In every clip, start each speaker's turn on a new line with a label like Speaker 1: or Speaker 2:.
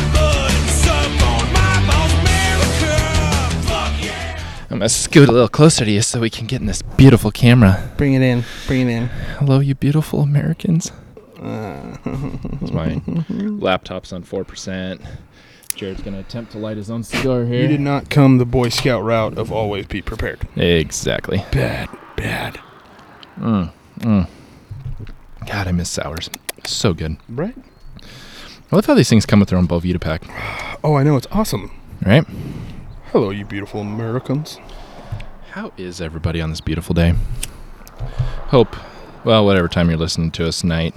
Speaker 1: gonna Um, scoot a little closer to you so we can get in this beautiful camera.
Speaker 2: Bring it in. Bring it in.
Speaker 1: Hello, you beautiful Americans.
Speaker 2: Uh,
Speaker 1: It's my laptop's on four percent. Jared's gonna attempt to light his own cigar here.
Speaker 2: you did not come the Boy Scout route of always be prepared.
Speaker 1: Exactly.
Speaker 2: Bad, bad.
Speaker 1: Mm, mm. God, I miss sours. So good.
Speaker 2: Right?
Speaker 1: I love how these things come with their own Belvita pack.
Speaker 2: Oh, I know. It's awesome.
Speaker 1: Right?
Speaker 2: Hello, you beautiful Americans.
Speaker 1: How is everybody on this beautiful day? Hope, well, whatever time you're listening to us, night,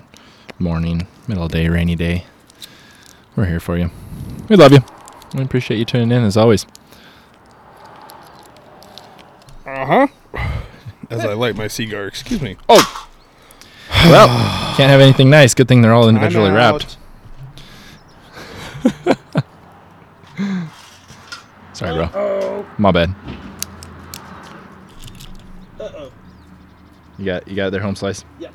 Speaker 1: morning, middle of day, rainy day, we're here for you. We love you. We appreciate you tuning in as always.
Speaker 2: Uh huh. As I light my cigar, excuse me.
Speaker 1: Oh, well, can't have anything nice. Good thing they're all individually
Speaker 2: I'm
Speaker 1: wrapped.
Speaker 2: out.
Speaker 1: Sorry, bro. My bad. You got you got their home slice.
Speaker 2: Yep.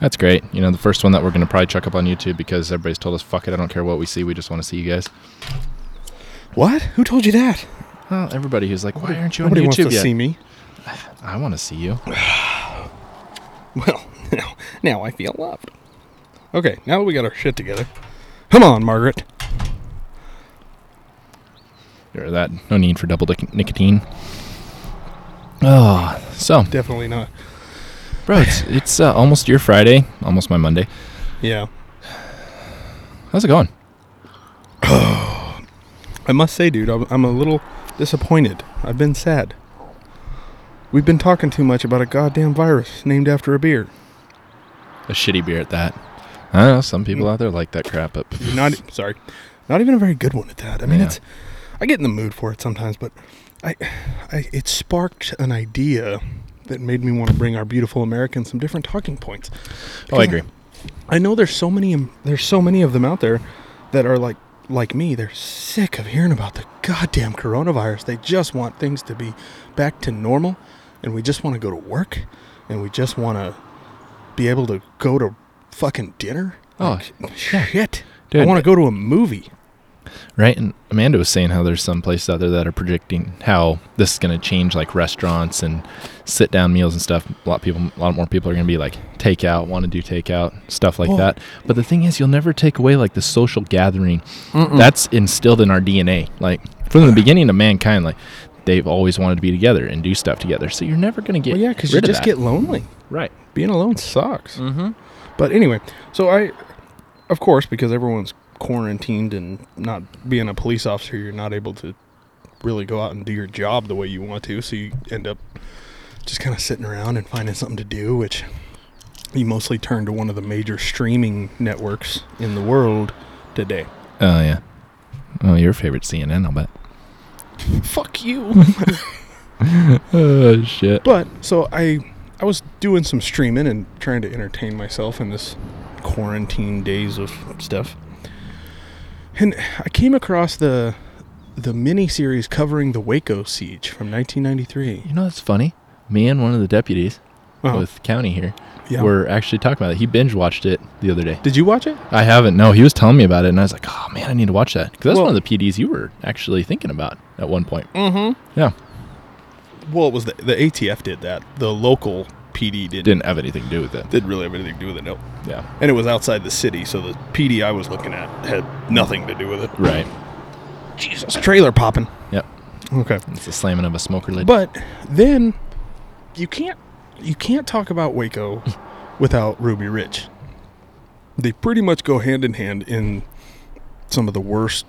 Speaker 1: That's great. You know, the first one that we're gonna probably chuck up on YouTube because everybody's told us, "Fuck it, I don't care what we see. We just want to see you guys."
Speaker 2: What? Who told you that?
Speaker 1: Well, everybody who's like, "Why aren't you on
Speaker 2: Nobody
Speaker 1: YouTube
Speaker 2: wants to
Speaker 1: yet?"
Speaker 2: see me.
Speaker 1: I want to see you.
Speaker 2: Well, now, now I feel loved. Okay, now that we got our shit together, come on, Margaret.
Speaker 1: Or that. No need for double nic- nicotine. Oh, so
Speaker 2: Definitely not.
Speaker 1: bro, it's it's uh, almost your Friday, almost my Monday.
Speaker 2: Yeah.
Speaker 1: How's it going?
Speaker 2: I must say, dude, I'm, I'm a little disappointed. I've been sad. We've been talking too much about a goddamn virus named after a beer.
Speaker 1: A shitty beer at that. I don't know some people out there like that crap, but
Speaker 2: Not e, sorry, not even a very good one at that. I mean,
Speaker 1: Yeah.
Speaker 2: it's I get in the mood for it sometimes, but I, I it sparked an idea that made me want to bring our beautiful Americans some different talking points.
Speaker 1: oh, I agree.
Speaker 2: I know there's so many there's so many of them out there that are like like me, they're sick of hearing about the goddamn coronavirus. They just want things to be back to normal and we just want to go to work and we just want to be able to go to fucking dinner.
Speaker 1: Oh,
Speaker 2: Like, shit.
Speaker 1: Dude.
Speaker 2: I want to go to a movie.
Speaker 1: Right, and Amanda was saying how there's some places out there that are predicting how this is going to change, like restaurants and sit down meals and stuff. A lot of people, a lot more people are going to be like takeout, want to do takeout stuff like
Speaker 2: Oh.
Speaker 1: that. But the thing is, you'll never take away like the social gathering. That's instilled in our DNA, like from the beginning of mankind. Like they've always wanted to be together and do stuff together. So you're never going to get
Speaker 2: Well, yeah,
Speaker 1: because
Speaker 2: because you just get lonely.
Speaker 1: right.
Speaker 2: being alone sucks. Mm-hmm. But anyway, so I, of course, because everyone's quarantined and not being a police officer, you're not able to really go out and do your job the way you want to. So you end up just kind of sitting around and finding something to do, which you mostly turn to one of the major streaming networks in the world today.
Speaker 1: Oh yeah. Oh, your favorite CNN, I'll bet.
Speaker 2: Fuck you.
Speaker 1: Oh shit.
Speaker 2: But so I I was doing some streaming and trying to entertain myself in this quarantine days of stuff. And I came across the the mini series covering the Waco siege from 1993.
Speaker 1: You know, it's funny. Me and one of the deputies
Speaker 2: Oh,
Speaker 1: with county here
Speaker 2: yeah.
Speaker 1: were actually talking about it. He binge watched it the other day.
Speaker 2: Did you watch it?
Speaker 1: I haven't. No, he was telling me about it, and I was like, "Oh man, I need to watch that." Because that's
Speaker 2: Well-
Speaker 1: one of the PDs you were actually thinking about at one point. Mm-hmm. Yeah,
Speaker 2: Well, it was the, the ATF did that. The local PD did
Speaker 1: didn't have anything to do with it.
Speaker 2: didn't really have anything to do with it. No.
Speaker 1: Yeah,
Speaker 2: And it was outside the city, so the PD I was looking at had nothing to do with it.
Speaker 1: right.
Speaker 2: Jesus, trailer popping.
Speaker 1: Yep,
Speaker 2: Okay.
Speaker 1: it's the slamming of a smoker lid.
Speaker 2: But then you can't you can't talk about Waco without Ruby Rich. They pretty much go hand in hand in some of the worst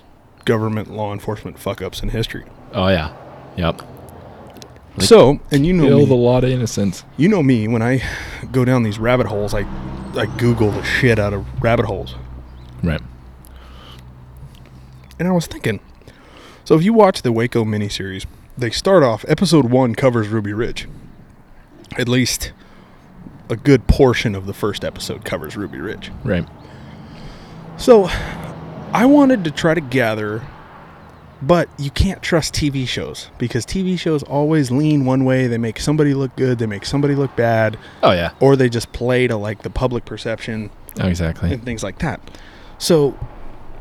Speaker 2: government law enforcement fuck ups in history.
Speaker 1: oh yeah, yep. Like-
Speaker 2: so, and you know me,
Speaker 1: lot of innocence.
Speaker 2: you know me when I go down these rabbit holes, I I Google the shit out of rabbit holes.
Speaker 1: Right.
Speaker 2: And I was thinking, so if you watch the Waco miniseries, they start off, episode one covers Ruby Ridge. At least a good portion of the first episode covers Ruby Ridge.
Speaker 1: Right.
Speaker 2: So I wanted to try to gather, but you can't trust TV shows because TV shows always lean one way. They make somebody look good, they make somebody look bad,
Speaker 1: Oh yeah.
Speaker 2: or they just play to like the public perception
Speaker 1: Oh, exactly.
Speaker 2: and things like that. So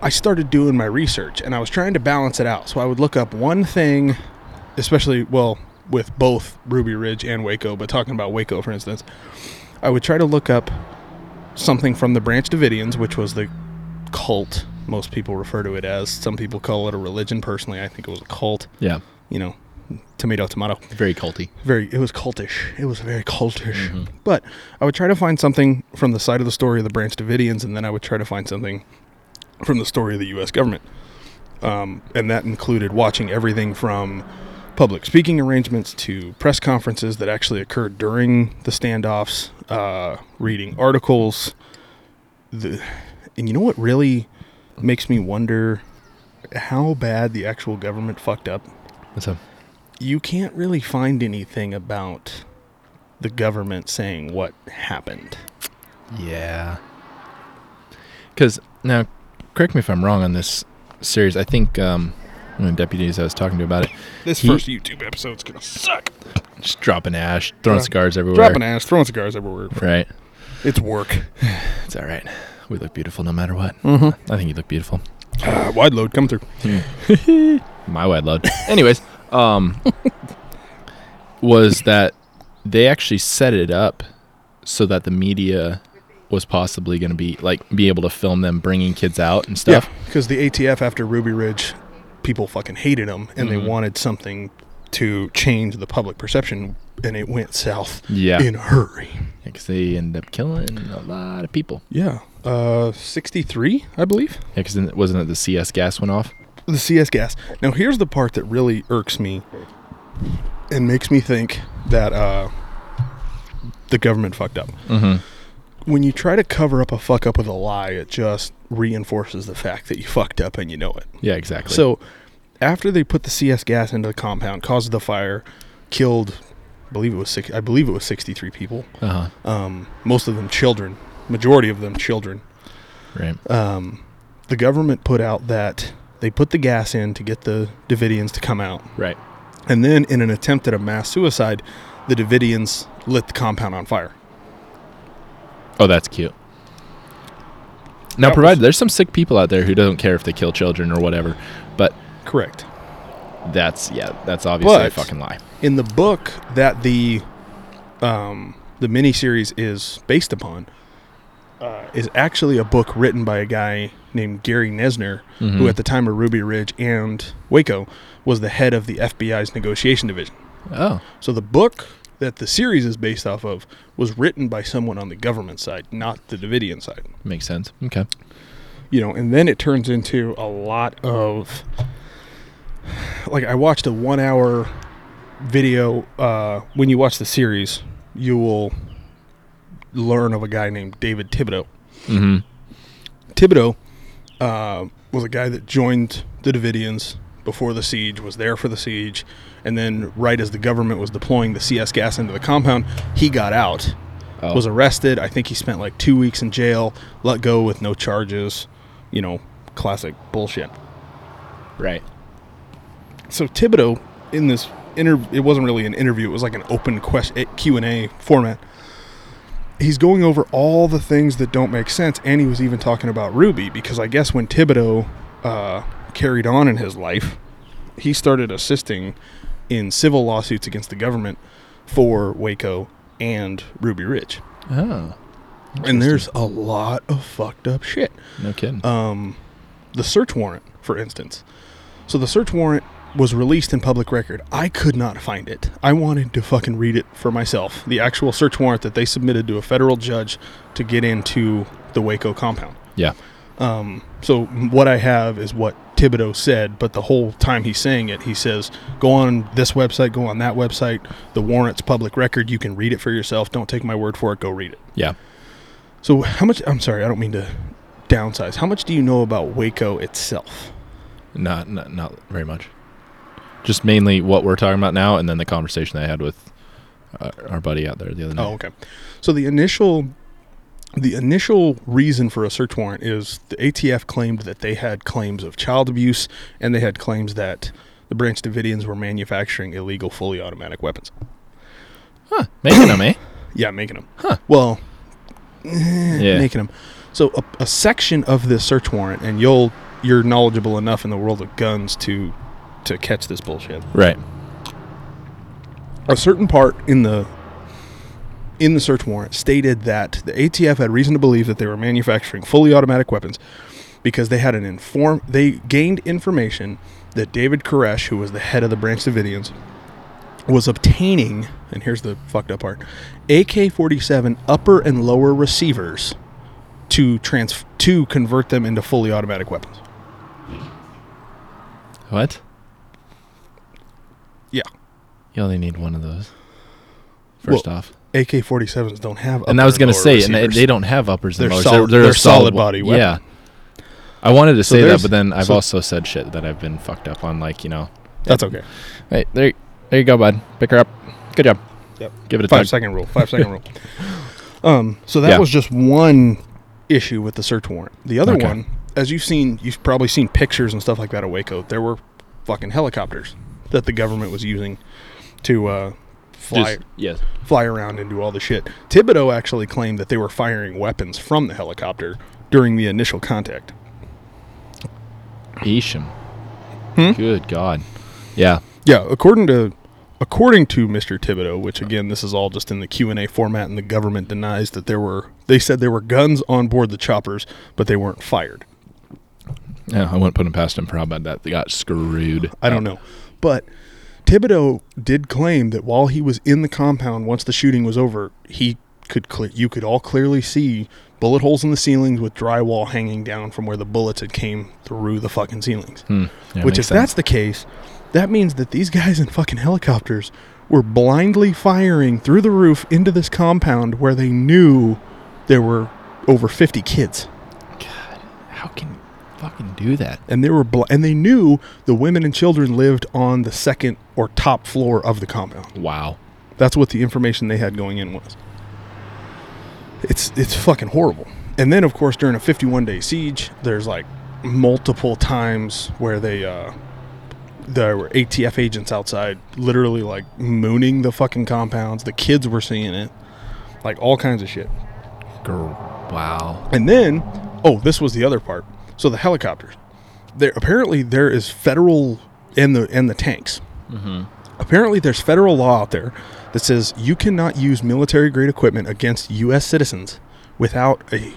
Speaker 2: I started doing my research and I was trying to balance it out. So I would look up one thing, especially, well, with both Ruby Ridge and Waco, but talking about Waco, for instance, I would try to look up something from the Branch Davidians, which was the cult most people refer to it as. Some people call it a religion. Personally, I think it was a cult.
Speaker 1: Yeah.
Speaker 2: You know, tomato, tomato
Speaker 1: Very culty.
Speaker 2: very it was cultish it was very cultish but i would try to find something from the side of the story of the branch davidians and then i would try to find something from the story of the us government um, and that included watching everything from public speaking arrangements to press conferences that actually occurred during the standoffs uh, reading articles the, and you know what really makes me wonder how bad the actual government fucked up
Speaker 1: What's up?
Speaker 2: you can't really find anything about the government saying what happened.
Speaker 1: Yeah. Because now, correct me if I'm wrong on this series. I think um, one of the deputies I was talking to about it
Speaker 2: This
Speaker 1: He-
Speaker 2: first YouTube episode's gonna suck.
Speaker 1: just dropping ash, throwing
Speaker 2: Dro-
Speaker 1: cigars everywhere.
Speaker 2: Dropping ass, throwing cigars everywhere.
Speaker 1: Right.
Speaker 2: It's work.
Speaker 1: It's all right. We look beautiful no matter what.
Speaker 2: Mhm.
Speaker 1: I think you look beautiful.
Speaker 2: Uh, wide load, come through.
Speaker 1: My wide load. Anyways, um, was that they actually set it up so that the media was possibly going to be like be able to film them bringing kids out and stuff.
Speaker 2: because the ATF after Ruby Ridge, people fucking hated them, and
Speaker 1: Mhm.
Speaker 2: they wanted something to change the public perception, and it went south
Speaker 1: Yeah,
Speaker 2: in a hurry.
Speaker 1: because they end up killing a lot of people.
Speaker 2: Yeah, uh, sixty-three, I believe.
Speaker 1: Yeah, because wasn't it the CS gas went off?
Speaker 2: the CS gas. Now, here's the part that really irks me and makes me think that uh, the government fucked up.
Speaker 1: Mm-hmm.
Speaker 2: When you try to cover up a fuck up with a lie, it just reinforces the fact that you fucked up and you know it.
Speaker 1: Yeah, exactly.
Speaker 2: So, after they put the CS gas into the compound, caused the fire, killed, I believe it was six, I believe it was 63 people.
Speaker 1: uh huh,
Speaker 2: Um, most of them children, majority of them children
Speaker 1: right.
Speaker 2: um, the government put out that they put the gas in to get the Davidians to come out.
Speaker 1: Right.
Speaker 2: And then, in an attempt at a mass suicide, the Davidians lit the compound on fire.
Speaker 1: Oh, that's cute. Now,
Speaker 2: That
Speaker 1: provided
Speaker 2: was-
Speaker 1: there's some sick people out there who don't care if they kill children or whatever, but
Speaker 2: Correct.
Speaker 1: that's yeah, that's obviously a
Speaker 2: But-
Speaker 1: fucking lie.
Speaker 2: In the book that the um, the miniseries is based upon, uh, is actually a book written by a guy named Gary Nesner, who
Speaker 1: Mhm.
Speaker 2: at the time of Ruby Ridge and Waco was the head of the FBI's negotiation division.
Speaker 1: Oh,
Speaker 2: So the book that the series is based off of was written by someone on the government side, not the Davidian side.
Speaker 1: makes sense. Okay.
Speaker 2: You know, and then it turns into a lot of like I watched a 1-hour video uh when you watch the series, you will learn of a guy named David Thibodeau.
Speaker 1: Mm-hmm.
Speaker 2: Thibodeau uh, was a guy that joined the Davidians before the siege, was there for the siege, and then right as the government was deploying the CS gas into the compound, he got out,
Speaker 1: Oh.
Speaker 2: was arrested. I think he spent like two weeks in jail, let go with no charges. You know, classic bullshit.
Speaker 1: Right.
Speaker 2: So Thibodeau in this interview, it wasn't really an interview. It was like an open question Q and A format. He's going over all the things that don't make sense, and he was even talking about Ruby because I guess when Thibodeau uh, carried on in his life, he started assisting in civil lawsuits against the government for Waco and Ruby Ridge.
Speaker 1: Oh,
Speaker 2: And there's a lot of fucked up shit
Speaker 1: no kidding.
Speaker 2: um, the search warrant, for instance. So the search warrant was released in public record. I could not find it. I wanted to fucking read it for myself. The actual search warrant that they submitted to a federal judge to get into the Waco compound.
Speaker 1: yeah.
Speaker 2: Um, so what I have is what Thibodeau said, but the whole time he's saying it, he says, "Go on this website, go on that website. The warrant's public record. You can read it for yourself. Don't take my word for it. Go read it."
Speaker 1: Yeah.
Speaker 2: So how much? I'm sorry, I don't mean to downsize. How much do you know about Waco itself?
Speaker 1: Not not not very much. Just mainly what we're talking about now, and then the conversation I had with uh, our buddy out there the other night.
Speaker 2: Oh, okay. So the initial, the initial reason for a search warrant is the ATF claimed that they had claims of child abuse and they had claims that the Branch Davidians were manufacturing illegal fully automatic weapons. Oh.
Speaker 1: Huh. Making them, eh?
Speaker 2: Yeah, making them.
Speaker 1: Huh.
Speaker 2: Well,
Speaker 1: Yeah.
Speaker 2: making them. So a, a section of this search warrant, and you'll you're knowledgeable enough in the world of guns to to catch this bullshit.
Speaker 1: right.
Speaker 2: a certain part in the in the search warrant stated that the ATF had reason to believe that they were manufacturing fully automatic weapons because they had an inform they gained information that David Koresh, who was the head of the Branch Davidians, was obtaining, and here's the fucked up part, AK-47 upper and lower receivers to trans to convert them into fully automatic weapons.
Speaker 1: What?
Speaker 2: Yeah.
Speaker 1: You only need one of those. First
Speaker 2: Well,
Speaker 1: off,
Speaker 2: AK-47s don't have.
Speaker 1: and
Speaker 2: upper
Speaker 1: I was gonna
Speaker 2: lower
Speaker 1: say, and they,
Speaker 2: receivers.
Speaker 1: they don't have uppers and
Speaker 2: They're
Speaker 1: lowers.
Speaker 2: solid-
Speaker 1: a
Speaker 2: they're solid
Speaker 1: wo-
Speaker 2: body
Speaker 1: Yeah. I wanted to
Speaker 2: So
Speaker 1: say that,
Speaker 2: there's-
Speaker 1: but then I've
Speaker 2: so-
Speaker 1: also said shit that I've been fucked up on, like you know.
Speaker 2: That's okay.
Speaker 1: Hey, there, there you go, bud. Pick her up. Good job.
Speaker 2: Yep.
Speaker 1: Give it a
Speaker 2: Five
Speaker 1: tug.
Speaker 2: second rule. Five second rule. Um, so that
Speaker 1: Yeah.
Speaker 2: was just one issue with the search warrant. The other
Speaker 1: Okay.
Speaker 2: one, as you've seen, you've probably seen pictures and stuff like that of Waco. There were fucking helicopters that the government was using to uh, fly
Speaker 1: Just- yes.
Speaker 2: fly around and do all the shit. Thibodeau actually claimed that they were firing weapons from the helicopter during the initial contact.
Speaker 1: Isham.
Speaker 2: Hmm?
Speaker 1: Good God. Yeah.
Speaker 2: Yeah, according to according to Mr. Thibodeau, which again this is all just in the Q and A format, and the government denies that there were. They said there were guns on board the choppers, but they weren't fired.
Speaker 1: Yeah, I wouldn't put him past him for how bad that they got screwed.
Speaker 2: I don't know, but Thibodeau did claim that while he was in the compound, once the shooting was over, he could clear. You could all clearly see bullet holes in the ceilings with drywall hanging down from where the bullets had came through the fucking ceilings.
Speaker 1: Hmm. Yeah,
Speaker 2: Which,
Speaker 1: makes
Speaker 2: if
Speaker 1: sense.
Speaker 2: that's the case, that means that these guys in fucking helicopters were blindly firing through the roof into this compound where they knew there were over 50 kids.
Speaker 1: How can you fucking do that?
Speaker 2: And they were bl- and they knew the women and children lived on the second or top floor of the compound.
Speaker 1: Wow.
Speaker 2: That's what the information they had going in was. It's it's fucking horrible. And then of course during a 51 day siege, there's like multiple times where they uh there were ATF agents outside literally like mooning the fucking compounds. The kids were seeing it. Like all kinds of shit.
Speaker 1: Girl. Wow.
Speaker 2: And then, oh, this was the other part. So the helicopters. There apparently there is federal and the and the tanks. Apparently there's federal law out there that says you cannot use military grade equipment against U.S. citizens without a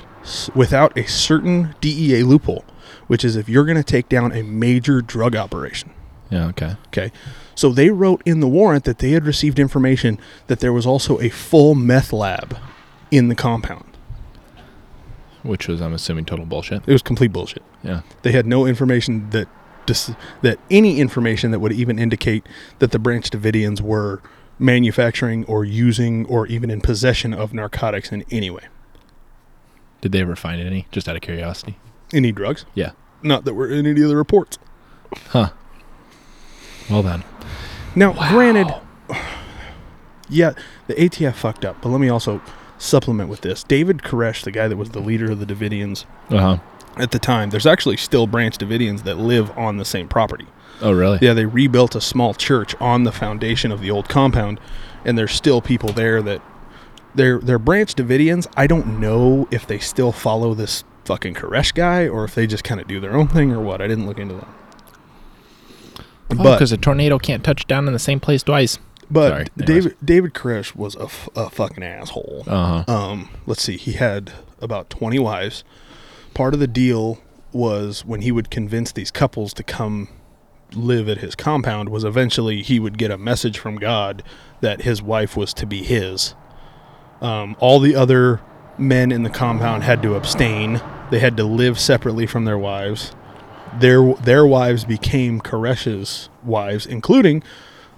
Speaker 2: without a certain DEA loophole, which is if you're going to take down a major drug operation.
Speaker 1: Yeah. Okay.
Speaker 2: Okay. So they wrote in the warrant that they had received information that there was also a full meth lab in the compound.
Speaker 1: Which was, I'm assuming, total bullshit.
Speaker 2: It was complete bullshit.
Speaker 1: Yeah.
Speaker 2: They had no information that dis- that any information that would even indicate that the Branch Davidians were manufacturing or using or even in possession of narcotics in any way.
Speaker 1: Did they ever find any? Just out of curiosity.
Speaker 2: Any drugs?
Speaker 1: Yeah.
Speaker 2: Not that were in any of the reports.
Speaker 1: Huh. Well then.
Speaker 2: Now, granted,
Speaker 1: Wow.
Speaker 2: yeah, the ATF fucked up, but let me also supplement with this. David Koresh, the guy that was the leader of the Davidians
Speaker 1: Uh huh.
Speaker 2: at the time, there's actually still Branch Davidians that live on the same property.
Speaker 1: Oh really?
Speaker 2: Yeah, they rebuilt a small church on the foundation of the old compound, and there's still people there that they're they're Branch Davidians. I don't know if they still follow this fucking Koresh guy or if they just kind of do their own thing or what. I didn't look into that. but
Speaker 1: because Oh, a tornado can't touch down in the same place twice.
Speaker 2: but
Speaker 1: Sorry, anyways.
Speaker 2: David David Koresh was a, f- a fucking asshole.
Speaker 1: Uh huh.
Speaker 2: Um, let's see, he had about 20 wives. Part of the deal was when he would convince these couples to come live at his compound was eventually he would get a message from God that his wife was to be his. Um, all the other men in the compound had to abstain. They had to live separately from their wives. Their their wives became Koresh's wives, including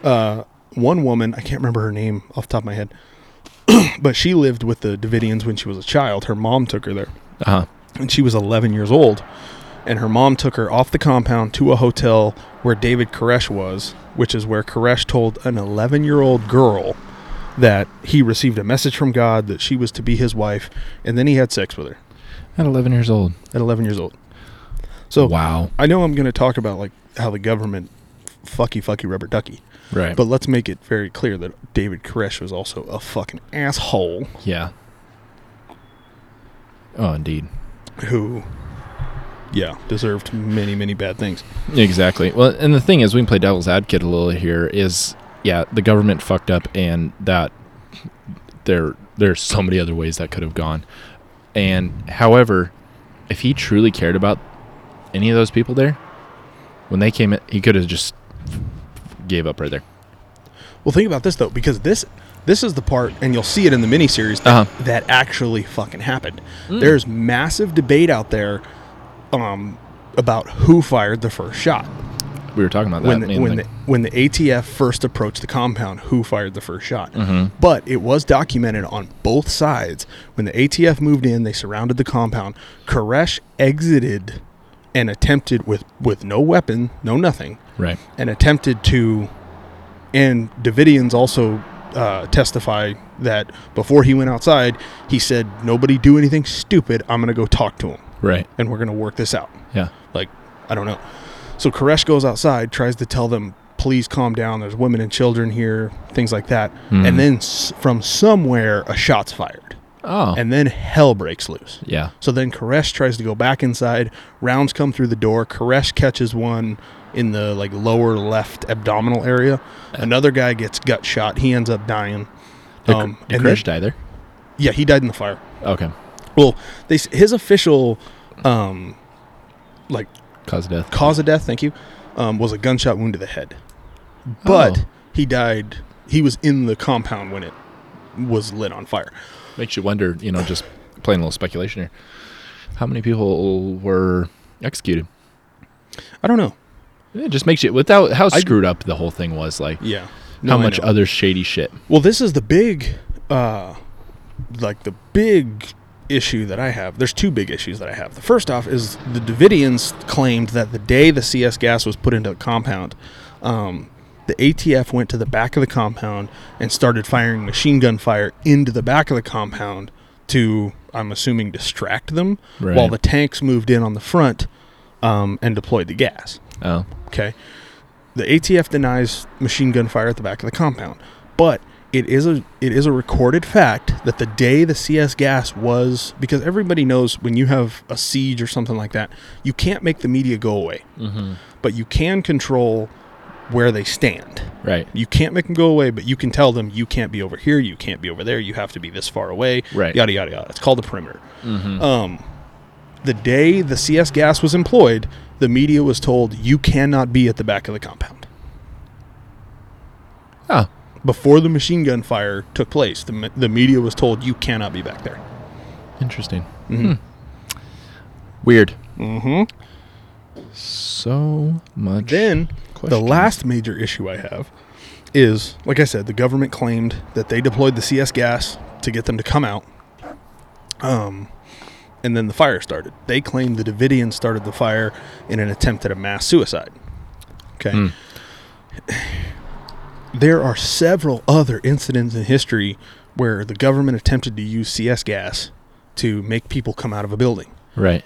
Speaker 2: uh, one woman. I can't remember her name off the top of my head but she lived with the Davidians when she was a child. Her mom took her there,
Speaker 1: Uh huh.
Speaker 2: and she was 11 years old. And her mom took her off the compound to a hotel where David Koresh was, which is where Koresh told an 11 year old girl that he received a message from God that she was to be his wife, and then he had sex with her
Speaker 1: At 11 years old.
Speaker 2: at 11 years old. So
Speaker 1: wow.
Speaker 2: I know I'm going to talk about like how the government fucky fucky rubber ducky,
Speaker 1: Right.
Speaker 2: but let's make it very clear that David Koresh was also a fucking asshole.
Speaker 1: yeah. Oh, indeed.
Speaker 2: who yeah deserved many many bad things
Speaker 1: Exactly. Well, and the thing is, we can play devil's advocate a little here. Is yeah, the government fucked up, and that there there's so many other ways that could have gone. And however, if he truly cared about any of those people there, when they came in, he could have just gave up right there.
Speaker 2: Well, think about this though, because this this is the part, and you'll see it in the miniseries that,
Speaker 1: Uh-huh. Hmm.
Speaker 2: that actually fucking happened. There's massive debate out there um, about who fired the first shot.
Speaker 1: We were talking about that.
Speaker 2: when the,
Speaker 1: mainly.
Speaker 2: when the, when the ATF first approached the compound, who fired the first shot?
Speaker 1: Mm-hmm.
Speaker 2: But it was documented on both sides. When the ATF moved in, they surrounded the compound. Koresh exited and attempted with with no weapon, no nothing,
Speaker 1: right.
Speaker 2: and attempted to. And Davidians also uh, testify that before he went outside, he said, "Nobody do anything stupid. I'm going to go talk to him,
Speaker 1: Right.
Speaker 2: and we're going to work this out."
Speaker 1: Yeah.
Speaker 2: Like, I don't know. So Koresh goes outside, tries to tell them, please calm down. There's women and children here, things like that. And then s- from somewhere, a shot's fired.
Speaker 1: Oh.
Speaker 2: And then hell breaks loose.
Speaker 1: yeah.
Speaker 2: So then Koresh tries to go back inside. Rounds come through the door. Koresh catches one in the like lower left abdominal area. Another guy gets gut shot. He ends up dying.
Speaker 1: Did, Cr-
Speaker 2: Um,
Speaker 1: did
Speaker 2: and
Speaker 1: Krish
Speaker 2: then-
Speaker 1: die there?
Speaker 2: Yeah, he died in the fire.
Speaker 1: Okay.
Speaker 2: Well, they s- his official um like
Speaker 1: Cause of death.
Speaker 2: cause of death, thank you, um, was a gunshot wound to the head. But
Speaker 1: Oh.
Speaker 2: he died. He was in the compound when it was lit on fire.
Speaker 1: Makes you wonder, you know, just playing a little speculation here. How many people were executed?
Speaker 2: I don't know.
Speaker 1: It just makes you without how
Speaker 2: I-
Speaker 1: screwed up the whole thing was, like
Speaker 2: Yeah.
Speaker 1: how
Speaker 2: No, I
Speaker 1: much
Speaker 2: know.
Speaker 1: other shady shit.
Speaker 2: well, this is the big, uh, like the big issue that I have. There's two big issues that I have. The first off is the Davidians claimed that the day the CS gas was put into the compound, um, the ATF went to the back of the compound and started firing machine gun fire into the back of the compound to, I'm assuming, distract them
Speaker 1: Right.
Speaker 2: while the tanks moved in on the front um, and deployed the gas.
Speaker 1: Oh,
Speaker 2: Okay. The ATF denies machine gun fire at the back of the compound, but it is a it is a recorded fact that the day the CS gas was because everybody knows when you have a siege or something like that, you can't make the media go away,
Speaker 1: mm-hmm.
Speaker 2: but you can control where they stand.
Speaker 1: right,
Speaker 2: You can't make them go away, but you can tell them you can't be over here, you can't be over there, you have to be this far away.
Speaker 1: Right.
Speaker 2: Yada yada yada. It's called the perimeter. Um, the day the CS gas was employed, the media was told you cannot be at the back of the compound.
Speaker 1: oh,
Speaker 2: Before the machine gun fire took place, the, me- the media was told you cannot be back there.
Speaker 1: interesting, Hmm. weird.
Speaker 2: Mm-hmm.
Speaker 1: So much.
Speaker 2: Then
Speaker 1: Question.
Speaker 2: the last major issue I have is, like I said, the government claimed that they deployed the CS gas to get them to come out. Um, and then the fire started. They claimed the Davidians started the fire in an attempt at a mass suicide. Okay.
Speaker 1: Hmm.
Speaker 2: There are several other incidents in history where the government attempted to use CS gas to make people come out of a building
Speaker 1: right,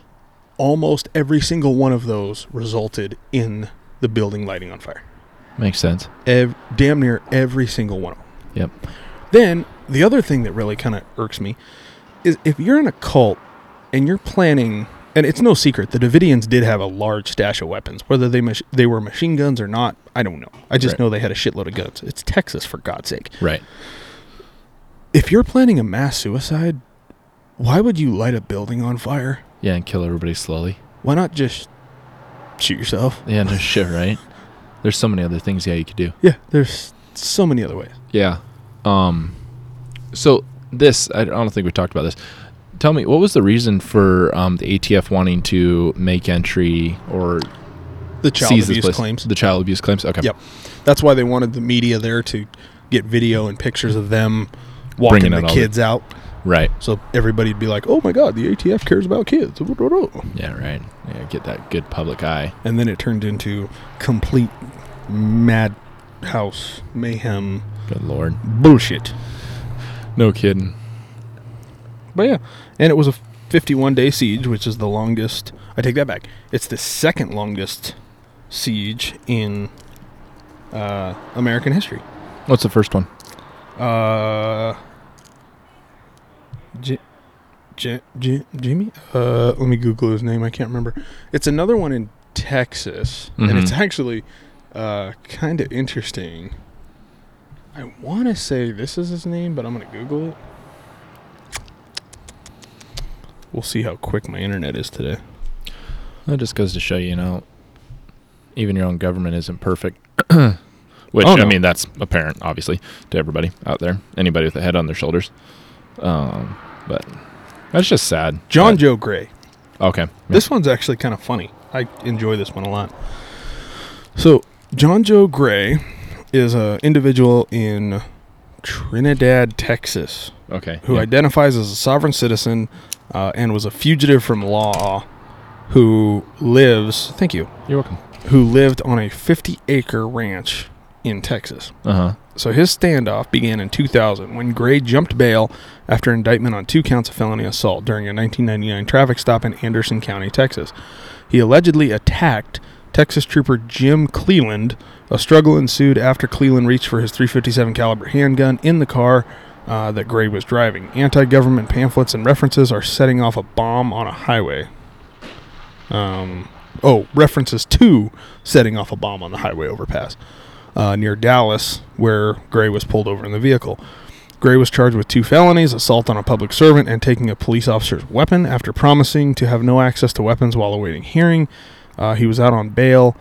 Speaker 2: almost every single one of those resulted in the building lighting on fire.
Speaker 1: makes sense.
Speaker 2: Ev- damn near every single one of them.
Speaker 1: Yep.
Speaker 2: Then the other thing that really kind of irks me is if you're in a cult and you're planning, and it's no secret the Davidians did have a large stash of weapons, whether they mach- they were machine guns or not, I don't know. I just
Speaker 1: Right.
Speaker 2: know they had a shitload of guns. It's Texas for God's sake.
Speaker 1: Right.
Speaker 2: If you're planning a mass suicide, why would you light a building on fire?
Speaker 1: Yeah, and kill everybody slowly.
Speaker 2: Why not just shoot yourself?
Speaker 1: Yeah, no shit, right? There's so many other things yeah you could do.
Speaker 2: Yeah, there's so many other ways.
Speaker 1: Yeah. Um so this I don't think we talked about this. Tell me, what was the reason for um, the ATF wanting to make entry or
Speaker 2: The child
Speaker 1: seize this
Speaker 2: abuse
Speaker 1: place?
Speaker 2: claims.
Speaker 1: The child abuse claims. Okay.
Speaker 2: Yep. That's why they wanted the media there to get video and pictures of them walking
Speaker 1: Bringing out
Speaker 2: the
Speaker 1: all
Speaker 2: kids out.
Speaker 1: Right.
Speaker 2: So everybody'd be like, "Oh my God, the ATF cares about kids."
Speaker 1: Yeah. Right. Yeah. Get that good public eye.
Speaker 2: And then it turned into complete madhouse mayhem
Speaker 1: Good lord.
Speaker 2: bullshit.
Speaker 1: No kidding.
Speaker 2: But yeah, and it was a 51 day siege, which is the longest. I take that back. It's the second longest siege in uh, American history.
Speaker 1: What's the first one?
Speaker 2: Uh, J- J- J- Jimmy? Uh, let me Google his name. I can't remember. It's another one in Texas, and it's
Speaker 1: Mhm.
Speaker 2: actually uh, kind of interesting. I want to say this is his name, but I'm going to Google it. We'll see how quick my internet is today.
Speaker 1: That just goes to show you, you know, even your own government isn't perfect. Which
Speaker 2: Oh,
Speaker 1: I
Speaker 2: no.
Speaker 1: mean, that's apparent, obviously, to everybody out there. Anybody with a head on their shoulders. Um, but that's just sad.
Speaker 2: John
Speaker 1: But-
Speaker 2: Joe Gray.
Speaker 1: okay.
Speaker 2: This one's actually kind of funny. I enjoy this one a lot. So, John Joe Gray is a individual in Trinidad, Texas,
Speaker 1: Okay.
Speaker 2: who
Speaker 1: yeah.
Speaker 2: identifies as a sovereign citizen uh, and was a fugitive from law who lives, thank you,
Speaker 1: You're welcome.
Speaker 2: who lived on a 50-acre ranch in Texas.
Speaker 1: Uh huh.
Speaker 2: So his standoff began in 2000 when Gray jumped bail after indictment on two counts of felony assault during a 1999 traffic stop in Anderson County, Texas. He allegedly attacked Texas trooper Jim Cleland. A struggle ensued after Cleland reached for his 357 caliber handgun in the car uh, that Gray was driving. Anti-government pamphlets and references are setting off a bomb on a highway. Um, oh, references to setting off a bomb on the highway overpass uh, near Dallas, where Gray was pulled over in the vehicle. Gray was charged with two felonies assault on a public servant and taking a police officer's weapon after promising to have no access to weapons while awaiting hearing. Uh, he was out on bail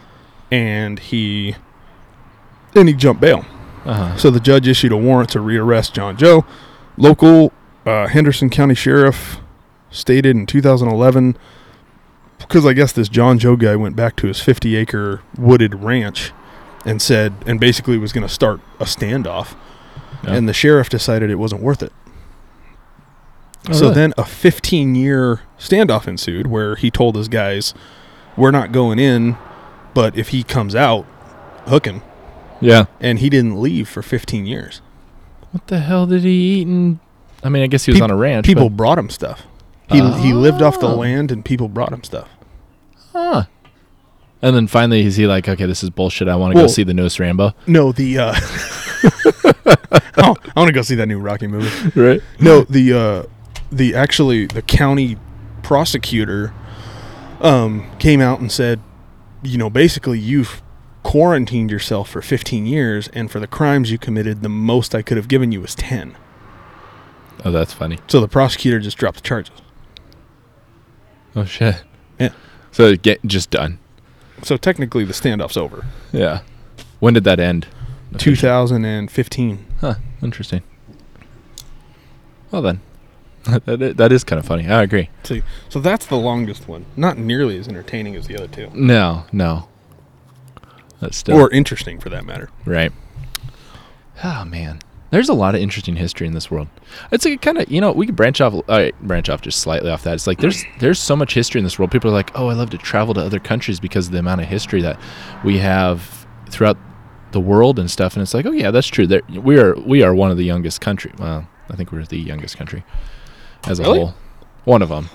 Speaker 2: and he then he jumped bail.
Speaker 1: Uh huh.
Speaker 2: So the judge issued a warrant to rearrest John Joe. Local uh, Henderson County Sheriff stated in 2011, because I guess this John Joe guy went back to his 50 acre wooded ranch and said, and basically was going to start a standoff.
Speaker 1: Yeah.
Speaker 2: And the sheriff decided it wasn't worth it.
Speaker 1: Oh,
Speaker 2: so
Speaker 1: really?
Speaker 2: then a 15 year standoff ensued where he told his guys, we're not going in, but if he comes out, hook him.
Speaker 1: Yeah.
Speaker 2: And he didn't leave for 15 years.
Speaker 1: What the hell did he eat? And I mean, I guess he was
Speaker 2: Peop-
Speaker 1: on a ranch.
Speaker 2: people brought him stuff. He he lived off the
Speaker 1: Oh.
Speaker 2: land, and people brought him stuff.
Speaker 1: But, huh. And then finally, is he like, okay, this is bullshit. I want to
Speaker 2: Well-
Speaker 1: go see the newest Rambo.
Speaker 2: No, the uh, oh, I want to go see that new Rocky movie.
Speaker 1: Right.
Speaker 2: No, the uh, the actually the county prosecutor um came out and said, you know, basically you've quarantined yourself for 15 years, and for the crimes you committed, the most I could have given you was 10.
Speaker 1: Oh, that's funny.
Speaker 2: So the prosecutor just dropped the charges.
Speaker 1: Oh shit.
Speaker 2: Yeah.
Speaker 1: So get just done.
Speaker 2: So technically, the standoff's over.
Speaker 1: Yeah. When did that end?
Speaker 2: 2015.
Speaker 1: Huh. Interesting. Well then, that is, that is kind of funny. I agree.
Speaker 2: See, so that's the longest one. Not nearly as entertaining as the other two,
Speaker 1: No, no. That's still
Speaker 2: or interesting for that matter.
Speaker 1: right. Oh man, there's a lot of interesting history in this world. It's like kind of you know we could branch off, uh, branch off just slightly off that. It's like there's there's so much history in this world. People are like, oh, I love to travel to other countries because of the amount of history that we have throughout the world and stuff. And it's like, oh yeah, that's true. There, we are we are one of the youngest country. Well, I think we're the youngest country as a
Speaker 2: Really?
Speaker 1: whole. One of them.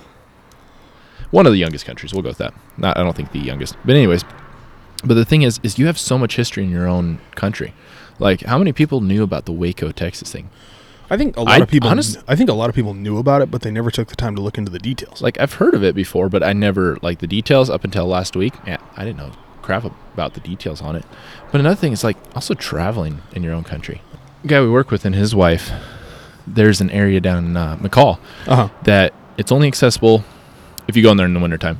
Speaker 1: One of the youngest countries. We'll go with that. Not, I don't think the youngest, but anyways. But the thing is, is you have so much history in your own country. Like, how many people knew about the Waco, Texas thing?
Speaker 2: I think a lot
Speaker 1: I-
Speaker 2: of people.
Speaker 1: honest-
Speaker 2: I think a lot of people knew about it, but they never took the time to look into the details.
Speaker 1: Like, I've heard of it before, but I never like the details up until last week. Yeah, I didn't know crap about the details on it. But another thing is like also traveling in your own country. The guy we work with and his wife, there's an area down in uh, McCall
Speaker 2: Uh huh.
Speaker 1: that it's only accessible if you go in there in the wintertime.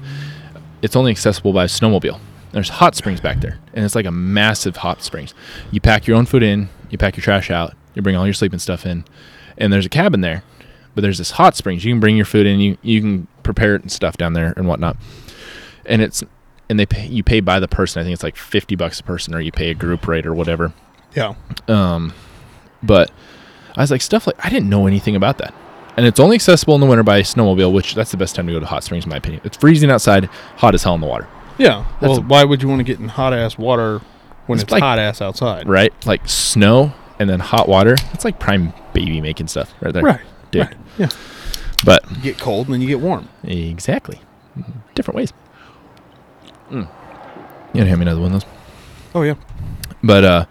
Speaker 1: It's only accessible by a snowmobile. There's hot springs back there, and it's like a massive hot springs. You pack your own food in, you pack your trash out, you bring all your sleeping stuff in, and there's a cabin there. But there's this hot springs. You can bring your food in, you you can prepare it and stuff down there and whatnot. And it's and they pay, you pay by the person. I think it's like fifty bucks a person, or you pay a group rate or whatever.
Speaker 2: Yeah.
Speaker 1: Um, but I was like, stuff like I didn't know anything about that. And it's only accessible in the winter by snowmobile, which that's the best time to go to hot springs, in my opinion. It's freezing outside, hot as hell in the water,
Speaker 2: Yeah. Well,
Speaker 1: a-
Speaker 2: why would you want to get in hot ass water when
Speaker 1: It's
Speaker 2: it's,
Speaker 1: like-
Speaker 2: hot ass outside?
Speaker 1: right? Like snow and then hot water. It's like prime baby making stuff right there.
Speaker 2: Right.
Speaker 1: Dude.
Speaker 2: right, Yeah.
Speaker 1: But
Speaker 2: You get cold and then you get warm.
Speaker 1: exactly. Different ways. Mm. You gonna hand me another one of those?
Speaker 2: Oh yeah.
Speaker 1: But uh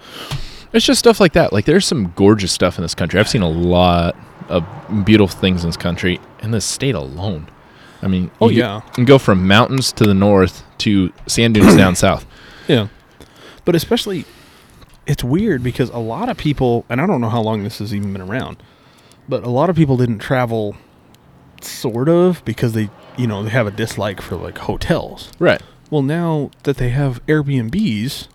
Speaker 1: it's just stuff like that. Like there's some gorgeous stuff in this country. I've seen a lot of beautiful things in this country in this state alone. I mean,
Speaker 2: Oh,
Speaker 1: you
Speaker 2: yeah.
Speaker 1: can go from mountains to the north to sand dunes down south.
Speaker 2: Yeah. But especially it's weird because a lot of people, and I don't know how long this has even been around, but a lot of people didn't travel, sort of, because they, you know, they have a dislike for like hotels.
Speaker 1: Right.
Speaker 2: Well, now that they have Airbnbs,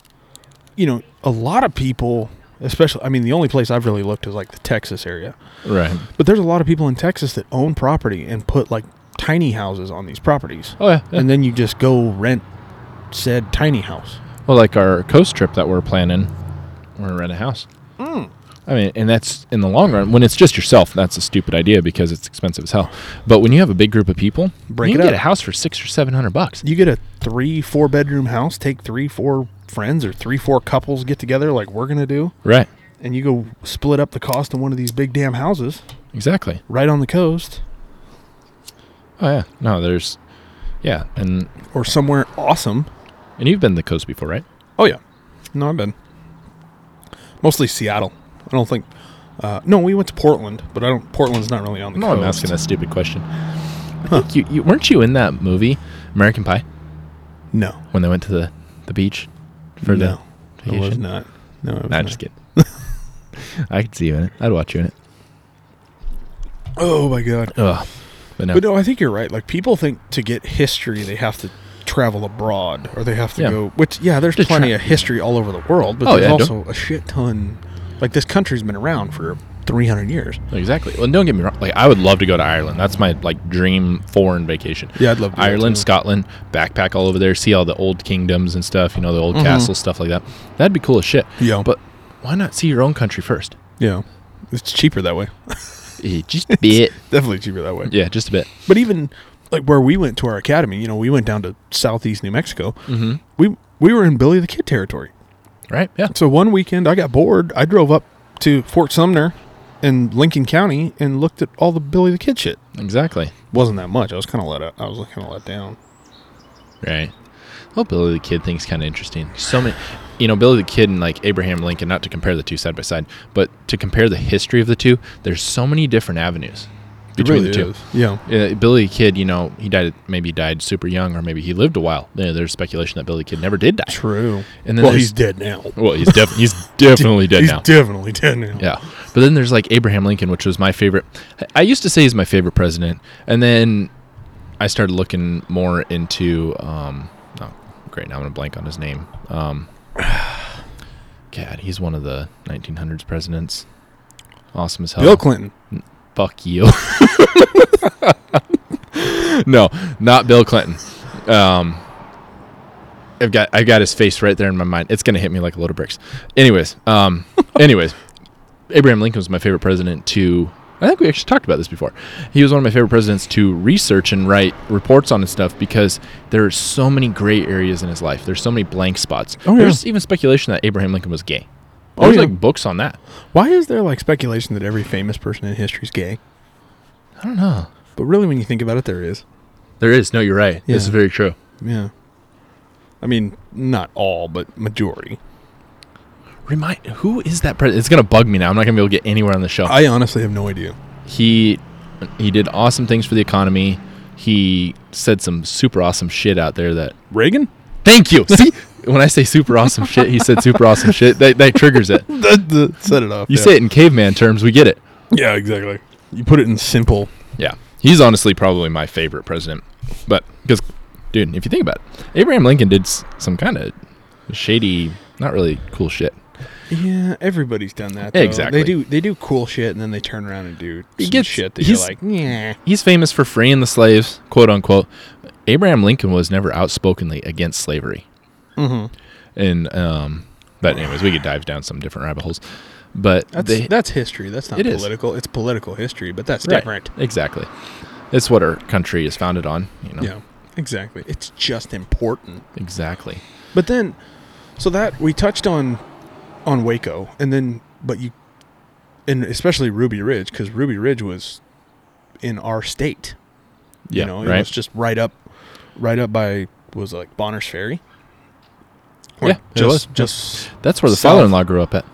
Speaker 2: you know, a lot of people, especially, I mean, the only place I've really looked is like the Texas area,
Speaker 1: Right.
Speaker 2: but there's a lot of people in Texas that own property and put like tiny houses on these properties.
Speaker 1: Oh yeah. yeah.
Speaker 2: And then you just go rent said tiny house.
Speaker 1: well, like our coast trip that we're planning, we're gonna rent a house.
Speaker 2: Mm.
Speaker 1: I mean, and that's in the long run. When it's just yourself, that's a stupid idea because it's expensive as hell. But when you have a big group of people,
Speaker 2: Break
Speaker 1: you
Speaker 2: it
Speaker 1: can get
Speaker 2: up.
Speaker 1: a house for six or seven hundred bucks.
Speaker 2: you get a three four bedroom house take three four friends or three four couples get together like we're gonna do
Speaker 1: Right.
Speaker 2: and you go split up the cost of one of these big damn houses
Speaker 1: Exactly.
Speaker 2: right on the coast
Speaker 1: Oh yeah. No, there's, yeah, and
Speaker 2: or somewhere awesome
Speaker 1: and you've been to the coast before, right?
Speaker 2: oh yeah no i've been mostly seattle i don't think uh, no we went to portland but i don't portland's not really on the
Speaker 1: No,
Speaker 2: coast
Speaker 1: I'm asking that stupid question. I think you, you weren't you in that movie American Pie
Speaker 2: no
Speaker 1: when they went to the the beach for the
Speaker 2: no I was
Speaker 1: vacation?
Speaker 2: not no I was
Speaker 1: Nah,
Speaker 2: not.
Speaker 1: just kidding. I could see you in it. I'd watch you in it.
Speaker 2: oh my god
Speaker 1: Ugh. But no.
Speaker 2: But no, I think you're right. Like people think to get history, they have to travel abroad or they have to
Speaker 1: Yeah.
Speaker 2: go. Which yeah, there's
Speaker 1: Just
Speaker 2: plenty
Speaker 1: tra-
Speaker 2: of history all over the world, but
Speaker 1: Oh,
Speaker 2: there's
Speaker 1: yeah, don't-
Speaker 2: also a shit ton. Like this country's been around for 300 years.
Speaker 1: Exactly. Well, don't get me wrong. Like, I would love to go to Ireland. That's my like dream foreign vacation.
Speaker 2: Yeah, I'd love to do that,
Speaker 1: Ireland,
Speaker 2: too.
Speaker 1: Scotland, backpack all over there, see all the old kingdoms and stuff. You know, the old castles, stuff like that. That'd be cool as shit.
Speaker 2: Mm-hmm. Yeah.
Speaker 1: But why not see your own country first?
Speaker 2: Yeah, it's cheaper that way.
Speaker 1: Eh, Just a bit.
Speaker 2: Definitely cheaper that way.
Speaker 1: yeah, just a bit.
Speaker 2: But even like where we went to our academy, you know, we went down to southeast New Mexico. Mm-hmm. We we were in Billy the Kid territory.
Speaker 1: Right? Yeah.
Speaker 2: So one weekend I got bored. I drove up to Fort Sumner in Lincoln County and looked at all the Billy the Kid shit.
Speaker 1: Exactly.
Speaker 2: wasn't that much. I was kind of let up. I was kind of let down.
Speaker 1: Right. Well, Billy the Kid thing's kind of interesting. So many, you know, Billy the Kid and like Abraham Lincoln. Not to compare the two side by side, but to compare the history of the two, there's so many different avenues between the two.
Speaker 2: Yeah.
Speaker 1: Yeah, Billy the Kid, you know, he died. Maybe he died super young, or maybe he lived a while. You know, there's speculation that Billy the Kid never did die.
Speaker 2: True.
Speaker 1: And then
Speaker 2: well,
Speaker 1: there's-
Speaker 2: he's dead now.
Speaker 1: Well, he's def- he's definitely dead
Speaker 2: he's
Speaker 1: now.
Speaker 2: definitely dead now.
Speaker 1: yeah, but then there's like Abraham Lincoln, which was my favorite. I used to say he's my favorite president, and then I started looking more into. Um, oh, great! Now I'm gonna blank on his name. Um, God, he's one of the 1900s presidents. Awesome as hell.
Speaker 2: Bill Clinton.
Speaker 1: fuck you. no, not Bill Clinton. Um, I've got I've got his face right there in my mind. It's gonna hit me like a load of bricks. Anyways, um, anyways, Abraham Lincoln was my favorite president to. I think we actually talked about this before. He was one of my favorite presidents to research and write reports on and stuff because there are so many gray areas in his life. There's so many blank spots.
Speaker 2: Oh, yeah.
Speaker 1: There's even speculation that Abraham Lincoln was gay.
Speaker 2: Oh,
Speaker 1: There's
Speaker 2: yeah.
Speaker 1: like books on that.
Speaker 2: Why is there like speculation that every famous person in history is gay?
Speaker 1: I don't know.
Speaker 2: But really, when you think about it, there is.
Speaker 1: There is. No, you're right. This is
Speaker 2: Yeah.
Speaker 1: very true.
Speaker 2: Yeah. I mean, not all, but majority.
Speaker 1: Remind who is that president? It's gonna bug me now. I'm not gonna be able to get anywhere on the show.
Speaker 2: I honestly have no idea.
Speaker 1: he he did awesome things for the economy. He said some super awesome shit out there that
Speaker 2: Reagan?
Speaker 1: thank you. See when I say super awesome shit, he said super awesome shit. That that triggers it. You
Speaker 2: That, that set it off. yeah.
Speaker 1: say it in caveman terms, we get it.
Speaker 2: Yeah, exactly. You put it in simple.
Speaker 1: Yeah. He's honestly probably my favorite president. But because dude, if you think about it, Abraham Lincoln did s- some kind of shady, not really cool shit.
Speaker 2: Yeah, everybody's done that.
Speaker 1: Exactly.
Speaker 2: They do. They do cool shit, and then they turn around and do
Speaker 1: He
Speaker 2: some
Speaker 1: gets-
Speaker 2: shit that you're
Speaker 1: he's-
Speaker 2: like, yeah.
Speaker 1: He's famous for freeing the slaves, quote unquote. Abraham Lincoln was never outspokenly against slavery. Mm-hmm. And um, but anyways, we could dive down some different rabbit holes. But
Speaker 2: That's
Speaker 1: they,
Speaker 2: that's history. That's not
Speaker 1: It is.
Speaker 2: political. It's political history, but that's
Speaker 1: Right,
Speaker 2: different.
Speaker 1: exactly. It's what our country is founded on. You know.
Speaker 2: Yeah, exactly. It's just important.
Speaker 1: Exactly.
Speaker 2: But then, so that we touched on on Waco, and then but you, and especially Ruby Ridge, because Ruby Ridge was in our state.
Speaker 1: Yeah.
Speaker 2: you know,
Speaker 1: right.
Speaker 2: it was just right up, right up by was it like Bonner's Ferry.
Speaker 1: Yeah, it
Speaker 2: just,
Speaker 1: was.
Speaker 2: just.
Speaker 1: That's where the
Speaker 2: south.
Speaker 1: father-in-law grew up at,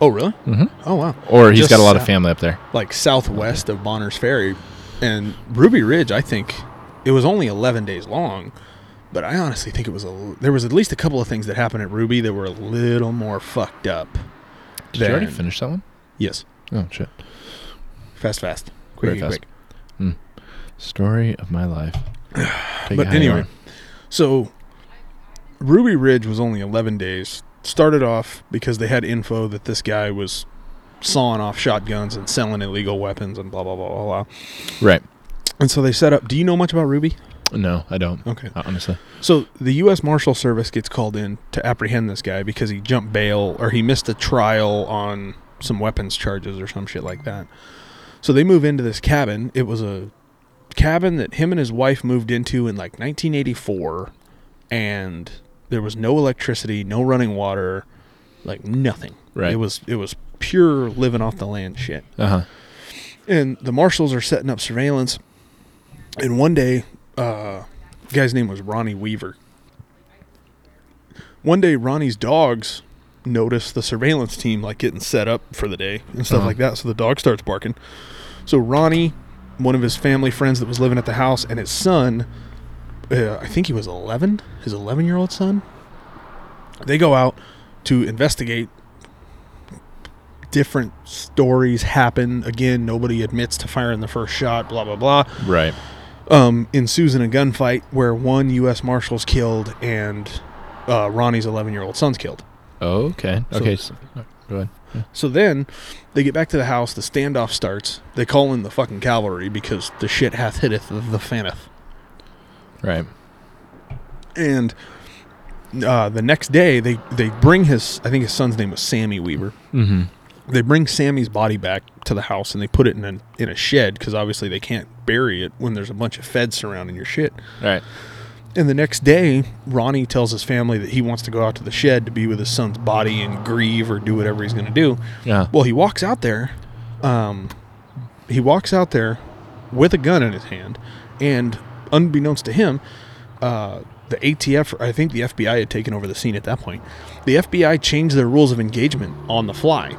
Speaker 2: Oh, really?
Speaker 1: Mhm.
Speaker 2: Oh, wow.
Speaker 1: or he's
Speaker 2: Just
Speaker 1: got a lot of
Speaker 2: south-
Speaker 1: family up there.
Speaker 2: like southwest of Bonner's Ferry, and Ruby Ridge. I think it was only eleven days long, But I honestly think it was a l- there was at least a couple of things that happened at Ruby that were a little more fucked up.
Speaker 1: Did you already
Speaker 2: than-
Speaker 1: finish that one?
Speaker 2: Yes,
Speaker 1: Oh shit!
Speaker 2: fast, fast,
Speaker 1: Very
Speaker 2: quick,
Speaker 1: fast. Hmm.
Speaker 2: quick.
Speaker 1: Story of my life. Take
Speaker 2: But
Speaker 1: it how you
Speaker 2: anyway.
Speaker 1: want.
Speaker 2: So Ruby Ridge was only 11 days. Started off because they had info that this guy was sawing off shotguns and selling illegal weapons and blah blah blah blah blah.
Speaker 1: right?
Speaker 2: And so they set up. Do you know much about Ruby?
Speaker 1: No, I don't.
Speaker 2: Okay.
Speaker 1: Uh, Honestly,
Speaker 2: So the U.S. Marshal Service gets called in to apprehend this guy because he jumped bail or he missed a trial on some weapons charges or some shit like that. So they move into this cabin. It was a cabin that him and his wife moved into in like 1984, and there was no electricity, no running water, like nothing.
Speaker 1: Right.
Speaker 2: It was it was pure living off the land shit
Speaker 1: uh huh.
Speaker 2: and the marshals are setting up surveillance. And one day, uh, the guy's name was Ronnie Weaver. One day, Ronnie's dogs notice the surveillance team like getting set up for the day and stuff
Speaker 1: Uh-huh.
Speaker 2: like that. So the dog starts barking. So Ronnie, one of his family friends that was living at the house, and his son, uh, I think he was 11, his 11 year old son, they go out to investigate different stories happen. Again, nobody admits to firing the first shot, blah, blah, blah.
Speaker 1: Right.
Speaker 2: Um, ensues in a gunfight where one U.S. Marshal's killed and uh, Ronnie's 11 year old son's killed.
Speaker 1: Oh, Okay.
Speaker 2: So-
Speaker 1: Okay. So, go ahead.
Speaker 2: So then they get back to the house, the standoff starts. They call in the fucking cavalry because the shit hath hitteth the fanneth.
Speaker 1: Right.
Speaker 2: And uh, the next day, they, they bring his, I think his son's name was Sammy Weaver.
Speaker 1: Mm-hmm.
Speaker 2: they bring Sammy's body back to the house and they put it in a, in a shed because obviously they can't bury it when there's a bunch of feds surrounding your shit.
Speaker 1: Right.
Speaker 2: And the next day, Ronnie tells his family that he wants to go out to the shed to be with his son's body and grieve or do whatever he's going to do.
Speaker 1: Yeah.
Speaker 2: Well, he walks out there. Um, he walks out there with a gun in his hand, and unbeknownst to him, uh, the ATF, I think the FBI had taken over the scene at that point. The FBI changed their rules of engagement on the fly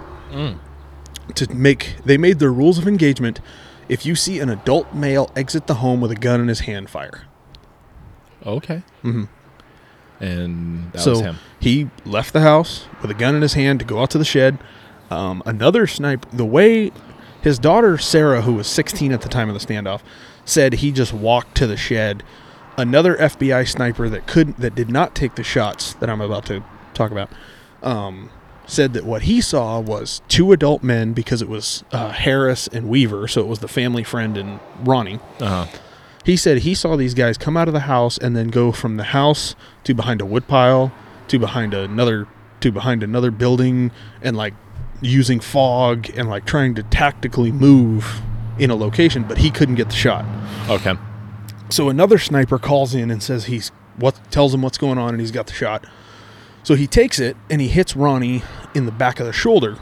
Speaker 2: to make. They made their rules of engagement: if you see an adult male exit the home with a gun in his hand, fire.
Speaker 1: Okay.
Speaker 2: Mhm.
Speaker 1: And that
Speaker 2: so
Speaker 1: was him.
Speaker 2: he left the house with a gun in his hand to go out to the shed. Um, another sniper. The way his daughter Sarah, who was 16 at the time of the standoff, said he just walked to the shed. Another FBI sniper that couldn't, that did not take the shots that I'm about to talk about, um, said that what he saw was two adult men because it was uh, Harris and Weaver, so it was the family friend and Ronnie.
Speaker 1: Uh huh.
Speaker 2: He said he saw these guys come out of the house and then go from the house to behind a woodpile to behind another to behind another building and like using fog and like trying to tactically move in a location, but he couldn't get the shot.
Speaker 1: Okay.
Speaker 2: So another sniper calls in and says he's what tells him what's going on and he's got the shot. So he takes it and he hits Ronnie in the back of the shoulder.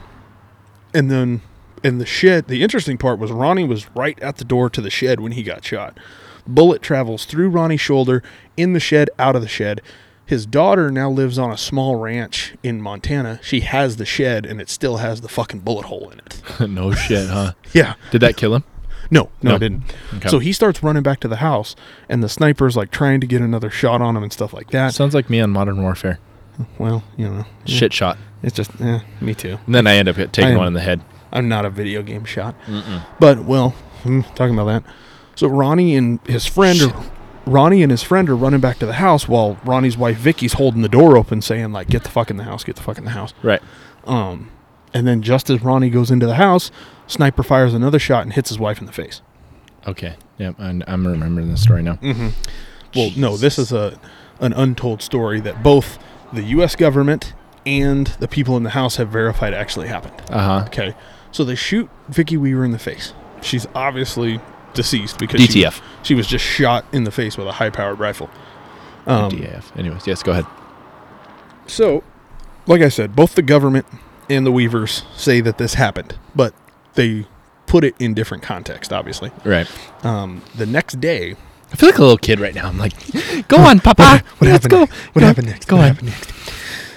Speaker 2: And then in the shed, the interesting part was Ronnie was right at the door to the shed when he got shot. Bullet travels through Ronnie's shoulder in the shed out of the shed. His daughter now lives on a small ranch in Montana. She has the shed and it still has the fucking bullet hole in it.
Speaker 1: no shit, huh?
Speaker 2: Yeah.
Speaker 1: Did that kill him?
Speaker 2: No, no,
Speaker 1: No.
Speaker 2: I didn't.
Speaker 1: Okay.
Speaker 2: So he starts running back to the house, and the sniper's like trying to get another shot on him and stuff like that.
Speaker 1: Sounds like me on Modern Warfare.
Speaker 2: well, you know, eh,
Speaker 1: Shit shot.
Speaker 2: It's just eh, me too.
Speaker 1: And then I end up get- taking
Speaker 2: I am-
Speaker 1: one in the head.
Speaker 2: I'm not a video game shot, but well, hmm, talking about that. So Ronnie and his friend, are, Ronnie and his friend are running back to the house while Ronnie's wife Vicky's holding the door open, saying like, "Get the fuck in the house, get the fuck in the house."
Speaker 1: Right.
Speaker 2: Um, and then just as Ronnie goes into the house, sniper fires another shot and hits his wife in the face.
Speaker 1: Okay. Yeah, I'm, I'm remembering the story now.
Speaker 2: Mm-hmm. Well, no, this is a an untold story that both the U.S. government and the people in the House have verified actually happened.
Speaker 1: Uh huh.
Speaker 2: Okay, so they shoot Vicky Weaver in the face. She's obviously deceased because she,
Speaker 1: DTF.
Speaker 2: she was just shot in the face with a high-powered rifle. Um,
Speaker 1: DAF. Anyways, yes, go ahead.
Speaker 2: so, like I said, both the government and the Weavers say that this happened, but they put it in different context. Obviously,
Speaker 1: Right.
Speaker 2: um, the next day,
Speaker 1: I feel like a little kid right now. I'm like, go on, Papa.
Speaker 2: What
Speaker 1: let's
Speaker 2: happened?
Speaker 1: go.
Speaker 2: next? What
Speaker 1: Go-
Speaker 2: happened next?
Speaker 1: Go
Speaker 2: what
Speaker 1: on.
Speaker 2: happened next?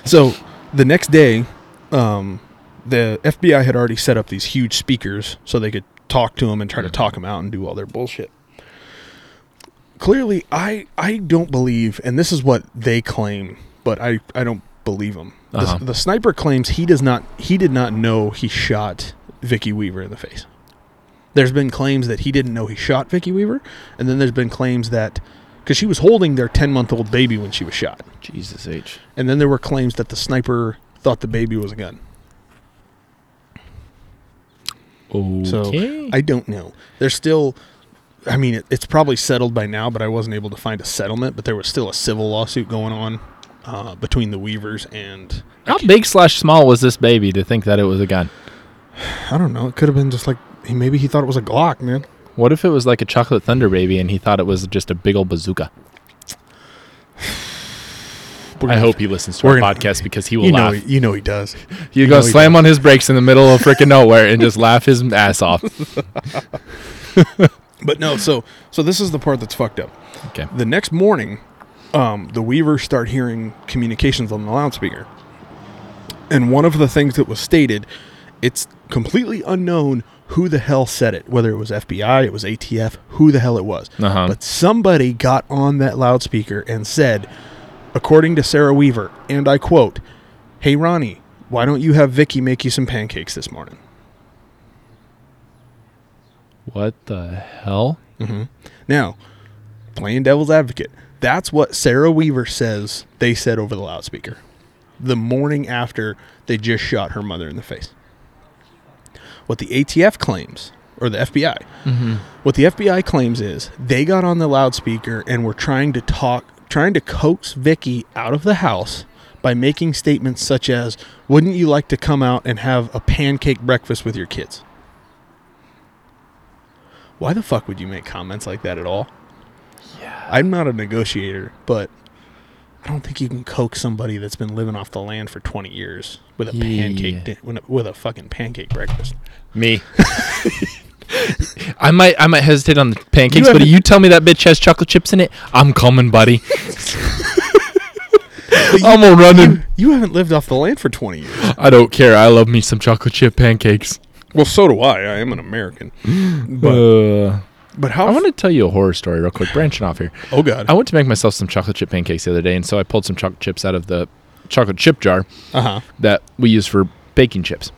Speaker 2: So the next day, um, the FBI had already set up these huge speakers so they could talk to him and try to talk him out and do all their bullshit. clearly I I don't believe, and this is what they claim, but I I don't believe them. The,
Speaker 1: Uh-huh.
Speaker 2: the sniper claims he does not he did not know he shot Vicky Weaver in the face. There's been claims that he didn't know he shot Vicky Weaver, and then there's been claims that because she was holding their 10 month old baby when she was shot,
Speaker 3: Jesus H.
Speaker 2: and then there were claims that the sniper thought the baby was a gun.
Speaker 1: Okay.
Speaker 2: So I don't know. There's still, I mean, it, it's probably settled by now, but I wasn't able to find a settlement. But there was still a civil lawsuit going on uh, between the Weavers and
Speaker 1: How big slash small was this baby to think that it was a gun?
Speaker 2: I don't know. It could have been just like he maybe he thought it was a Glock, man.
Speaker 1: What if it was like a chocolate thunder baby and he thought it was just a big old bazooka?
Speaker 2: We're
Speaker 1: I
Speaker 2: gonna-
Speaker 1: hope he listens to
Speaker 2: we're
Speaker 1: our
Speaker 2: gonna-
Speaker 1: podcast because he will
Speaker 2: you know
Speaker 1: laugh.
Speaker 2: he, you know he does.
Speaker 1: you
Speaker 2: you
Speaker 1: go
Speaker 2: know he
Speaker 1: slam on his brakes in the middle of freaking nowhere and just laugh his ass off.
Speaker 2: But no, so so this is the part that's fucked up.
Speaker 1: Okay.
Speaker 2: The next morning, um, the Weavers start hearing communications on the loudspeaker. And one of the things that was stated, it's completely unknown who the hell said it, whether it was FBI, it was ATF, who the hell it was.
Speaker 1: Uh-huh.
Speaker 2: But somebody got on that loudspeaker and said, according to Sarah Weaver, and I quote, Hey Ronnie, why don't you have Vicky make you some pancakes this morning?
Speaker 1: What the hell?
Speaker 2: Now, playing devil's advocate, that's what Sarah Weaver says they said over the loudspeaker the morning after they just shot her mother in the face. What the ATF claims, or the FBI, what the FBI claims is they got on the loudspeaker and were trying to talk, trying to coax Vicky out of the house by making statements such as, Wouldn't you like to come out and have a pancake breakfast with your kids? Why the fuck would you make comments like that at all? Yeah. I'm not a negotiator, but I don't think you can coax somebody that's been living off the land for 20 years with a
Speaker 1: Yeah.
Speaker 2: pancake di- with a- with a fucking pancake breakfast.
Speaker 1: Me. I might I might hesitate on the pancakes,
Speaker 2: You
Speaker 1: but
Speaker 2: haven't-
Speaker 1: you tell me that bitch has chocolate chips in it, I'm coming, buddy. I'm a running.
Speaker 2: You haven't lived off the land for 20 years.
Speaker 1: I don't care. I love me some chocolate chip pancakes.
Speaker 2: Well, so do I. I am an American. But
Speaker 1: Uh,
Speaker 2: but how
Speaker 1: I want to tell you a horror story real quick, branching off here.
Speaker 2: Oh god.
Speaker 1: I went to make myself some chocolate chip pancakes the other day, and so I pulled some chocolate chips out of the chocolate chip jar
Speaker 2: Uh-huh.
Speaker 1: that we use for baking chips.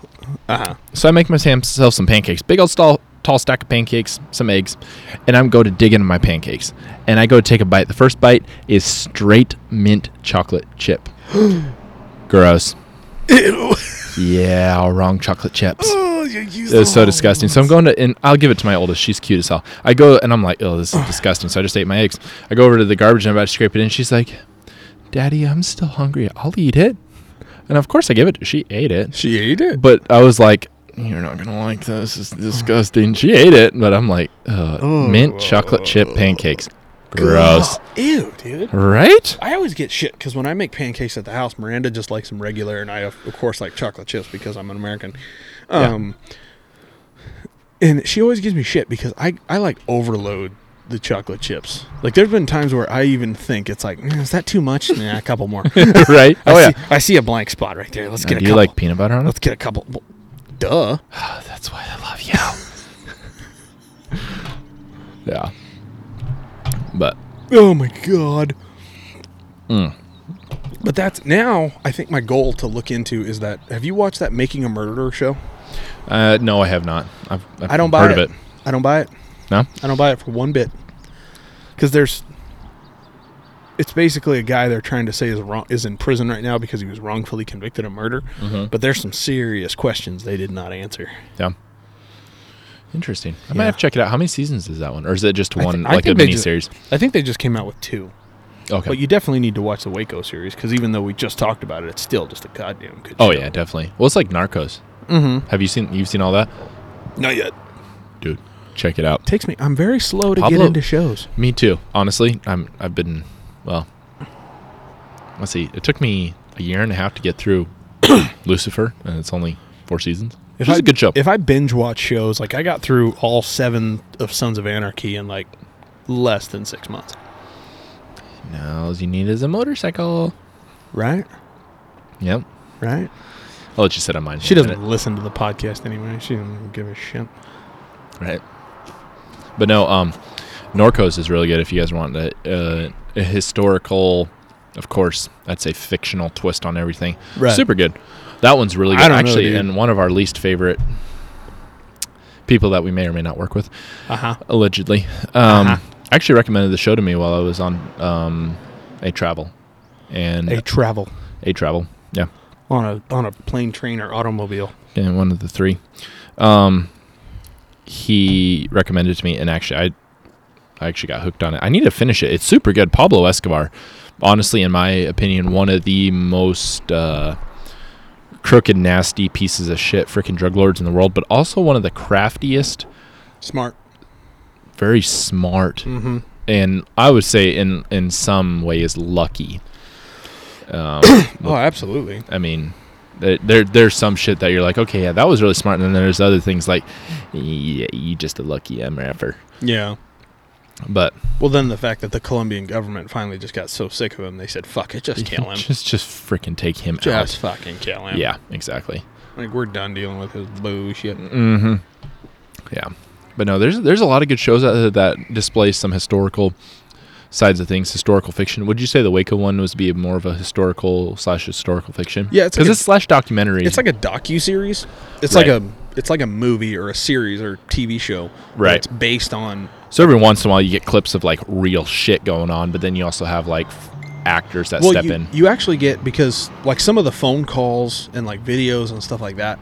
Speaker 2: Uh-huh.
Speaker 1: So I make myself some pancakes, big old stall, tall stack of pancakes, some eggs, and I'm go to dig into my pancakes. And I go take a bite. The first bite is straight mint chocolate chip. Gross. Yeah, wrong chocolate chips.
Speaker 2: Oh, you used
Speaker 1: It was so disgusting. So I'm going to, and I'll give it to my oldest. She's cute as hell. I go and I'm like, oh, this is disgusting. So I just ate my eggs. I go over to the garbage and I'm about to scrape it in. She's like, Daddy, I'm still hungry. I'll eat it. And of course I give it. She ate it.
Speaker 2: She ate it.
Speaker 1: But I was like, you're not gonna like this. It's disgusting. She ate it, but I'm like, uh,
Speaker 2: Oh.
Speaker 1: mint chocolate chip pancakes. Gross.
Speaker 2: Ew, dude.
Speaker 1: Right?
Speaker 2: I always get shit because when I make pancakes at the house, Miranda just likes them regular, and I of of course like chocolate chips because I'm an American. Um, And she always gives me shit because I I like overload the chocolate chips. Like there's been times where I even think it's like, "Mm, is that too much? nah, a couple more.
Speaker 1: right?
Speaker 2: I
Speaker 1: Oh yeah.
Speaker 2: see, I see a blank spot right there. Let's
Speaker 1: Now,
Speaker 2: get a
Speaker 1: do you
Speaker 2: couple.
Speaker 1: like peanut butter on it?
Speaker 2: Let's get a couple. Well, Duh.
Speaker 1: Oh, that's why I love you. yeah. But
Speaker 2: Oh my god. Hmm. But that's now. I think my goal to look into is that. Have you watched that Making a Murderer show?
Speaker 1: Uh, no, I have not. I've, I've
Speaker 2: I don't buy
Speaker 1: heard
Speaker 2: it.
Speaker 1: of it.
Speaker 2: I don't buy it.
Speaker 1: No.
Speaker 2: I don't buy it for one bit. Because there's, it's basically a guy they're trying to say is wrong is in prison right now because he was wrongfully convicted of murder. But there's some serious questions they did not answer.
Speaker 1: Yeah. Interesting. I might
Speaker 2: Yeah.
Speaker 1: have to check it out. How many seasons is that one, or is it just
Speaker 2: I thi-
Speaker 1: one,
Speaker 2: I
Speaker 1: like a
Speaker 2: think they
Speaker 1: mini
Speaker 2: just-
Speaker 1: series?
Speaker 2: I think they just came out with two.
Speaker 1: Okay.
Speaker 2: But you definitely need to watch the Waco series because even though we just talked about it, it's still just a goddamn good.
Speaker 1: oh yeah, definitely. Well, it's like Narcos. Mm-hmm. Have you seen? You've seen all that,
Speaker 2: not yet.
Speaker 1: dude? Check it out.
Speaker 2: Takes me. I'm very slow to
Speaker 1: Pablo-
Speaker 2: get into shows.
Speaker 1: Me too. Honestly, I'm. I've been. Well, let's see. It took me a year and a half to get through Lucifer, and it's only four seasons. It's
Speaker 2: I,
Speaker 1: a good show.
Speaker 2: If I binge watch shows, like I got through all seven of Sons of Anarchy in like less than six months.
Speaker 1: now all you need is a motorcycle.
Speaker 2: Right?
Speaker 1: Yep. Oh,
Speaker 2: Right?
Speaker 1: I'll let you sit on mine.
Speaker 2: She
Speaker 1: in a minute.
Speaker 2: doesn't listen to the podcast anyway. She doesn't give a shit.
Speaker 1: Right. But no, um, Norco's is really good if you guys want a, uh, a historical, of course, I'd say fictional twist on everything.
Speaker 2: Right.
Speaker 1: Super good. That one's really
Speaker 2: I
Speaker 1: good.
Speaker 2: don't know,
Speaker 1: Actually,
Speaker 2: dude.
Speaker 1: and one of our least favorite people that we may or may not work with,
Speaker 2: Uh huh.
Speaker 1: allegedly, um,
Speaker 2: Uh-huh.
Speaker 1: actually recommended the show to me while I was on um, a travel. And
Speaker 2: A travel
Speaker 1: a travel. Yeah.
Speaker 2: on a on a plane, train, or automobile.
Speaker 1: Yeah, one of the three. Um, he recommended it to me, and actually, I, I actually got hooked on it. I need to finish it. It's super good. Pablo Escobar, honestly, in my opinion, one of the most uh, crooked, nasty pieces of shit, freaking drug lords in the world, but also one of the craftiest,
Speaker 2: Smart.
Speaker 1: very smart,
Speaker 2: Mm-hmm.
Speaker 1: and I would say in in some ways lucky. Um,
Speaker 2: Oh, absolutely.
Speaker 1: I mean, there, there there's some shit that you're like, okay, yeah, that was really smart, and then there's other things like, yeah, you just a lucky mf'er.
Speaker 2: Yeah.
Speaker 1: But
Speaker 2: Well, then the fact that the Colombian government finally just got so sick of him, they said, "Fuck it, just kill him.
Speaker 1: just just freaking take him
Speaker 2: Just fucking kill
Speaker 1: out.
Speaker 2: him."
Speaker 1: Yeah, exactly.
Speaker 2: Like we're done dealing with his bullshit.
Speaker 1: Mm-hmm. Yeah, but no, there's there's a lot of good shows out there that display some historical sides of things, historical fiction. Would you say the Waco one was be more of a historical slash historical fiction?
Speaker 2: Yeah, it's like
Speaker 1: because
Speaker 2: a-
Speaker 1: it's slash documentary.
Speaker 2: It's like a docu series. It's
Speaker 1: Right.
Speaker 2: like a it's like a movie or a series or TV show. but
Speaker 1: Right.
Speaker 2: It's based on
Speaker 1: so every once in a while you get clips of like real shit going on, but then you also have like f- actors that
Speaker 2: well,
Speaker 1: step
Speaker 2: you,
Speaker 1: in.
Speaker 2: you actually get because like some of the phone calls and like videos and stuff like that.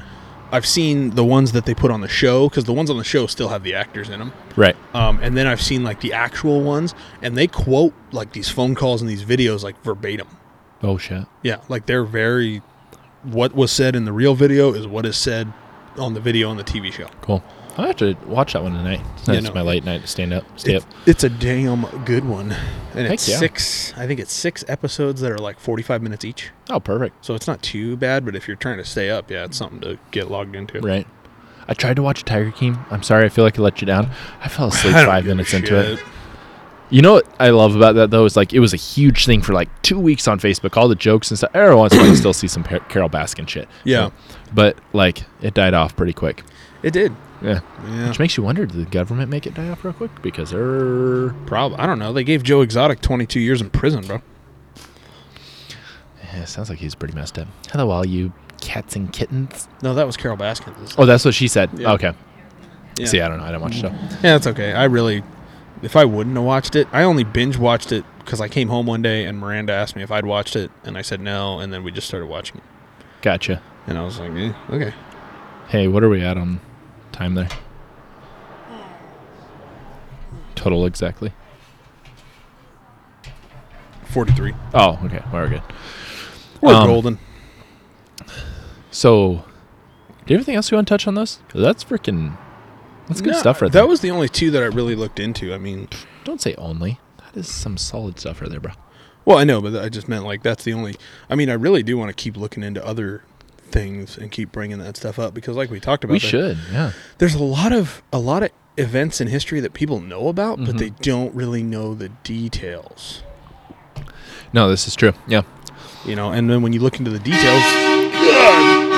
Speaker 2: I've seen the ones that they put on the show because the ones on the show still have the actors in them.
Speaker 1: Right.
Speaker 2: Um, and then I've seen like the actual ones, and they quote like these phone calls and these videos like verbatim.
Speaker 1: Oh shit.
Speaker 2: Yeah, like they're very. What was said in the real video is what is said on the video on the TV show.
Speaker 1: Cool. I have to watch that one tonight.
Speaker 2: Yeah,
Speaker 1: That's
Speaker 2: no.
Speaker 1: my late night stand up. Stay
Speaker 2: It's,
Speaker 1: up.
Speaker 2: it's a damn good one, and
Speaker 1: Heck
Speaker 2: it's
Speaker 1: yeah.
Speaker 2: six. I think it's six episodes that are like forty-five minutes each,
Speaker 1: Oh, perfect.
Speaker 2: so it's not too bad. But if you're trying to stay up, yeah, it's something to get logged into.
Speaker 1: Right. I tried to watch Tiger King. I'm sorry. I feel like I let you down. I fell
Speaker 2: I
Speaker 1: asleep
Speaker 2: don't
Speaker 1: five
Speaker 2: give a
Speaker 1: minutes into it.
Speaker 2: shit.
Speaker 1: You know what I love about that though is like it was a huge thing for like two weeks on Facebook. All the jokes and stuff. Every once in a while, you still see some Par- Carol Baskin shit.
Speaker 2: Yeah.
Speaker 1: but like it died off pretty quick.
Speaker 2: It did.
Speaker 1: Yeah.
Speaker 2: Yeah,
Speaker 1: Which makes you wonder: Did the government make it die off real quick? Because er, they're
Speaker 2: probably. I don't know. They gave Joe Exotic twenty-two years in prison, bro.
Speaker 1: yeah, it sounds like he's pretty messed up. Hello, all you cats and kittens.
Speaker 2: No, that was Carol Baskins.
Speaker 1: Oh, that's what she said.
Speaker 2: Yeah.
Speaker 1: Okay.
Speaker 2: yeah.
Speaker 1: Oh, See, I don't know. I don't watch stuff.
Speaker 2: Yeah, it's okay. I really, if I wouldn't have watched it, I only binge watched it because I came home one day and Miranda asked me if I'd watched it, and I said no, and then we just started watching it,
Speaker 1: Gotcha.
Speaker 2: and I was like, eh, okay,
Speaker 1: Hey, what are we at on time there? Total exactly.
Speaker 2: forty-three,
Speaker 1: Oh, okay. We're good.
Speaker 2: we're
Speaker 1: Um,
Speaker 2: golden.
Speaker 1: So, do you have anything else you want to touch on those? That's freaking. That's good
Speaker 2: No,
Speaker 1: stuff right
Speaker 2: That
Speaker 1: there.
Speaker 2: was the only two that I really looked into. I mean,
Speaker 1: Don't say only. That is some solid stuff right there, bro.
Speaker 2: well, I know, but I just meant like that's the only. I mean, I really do want to keep looking into other things and keep bringing that stuff up because, like we talked about,
Speaker 1: we
Speaker 2: there-
Speaker 1: should. Yeah.
Speaker 2: there's a lot of a lot of events in history that people know about, but
Speaker 1: Mhm.
Speaker 2: they don't really know the details.
Speaker 1: No, this is true. Yeah.
Speaker 2: You know, and then when you look into the details.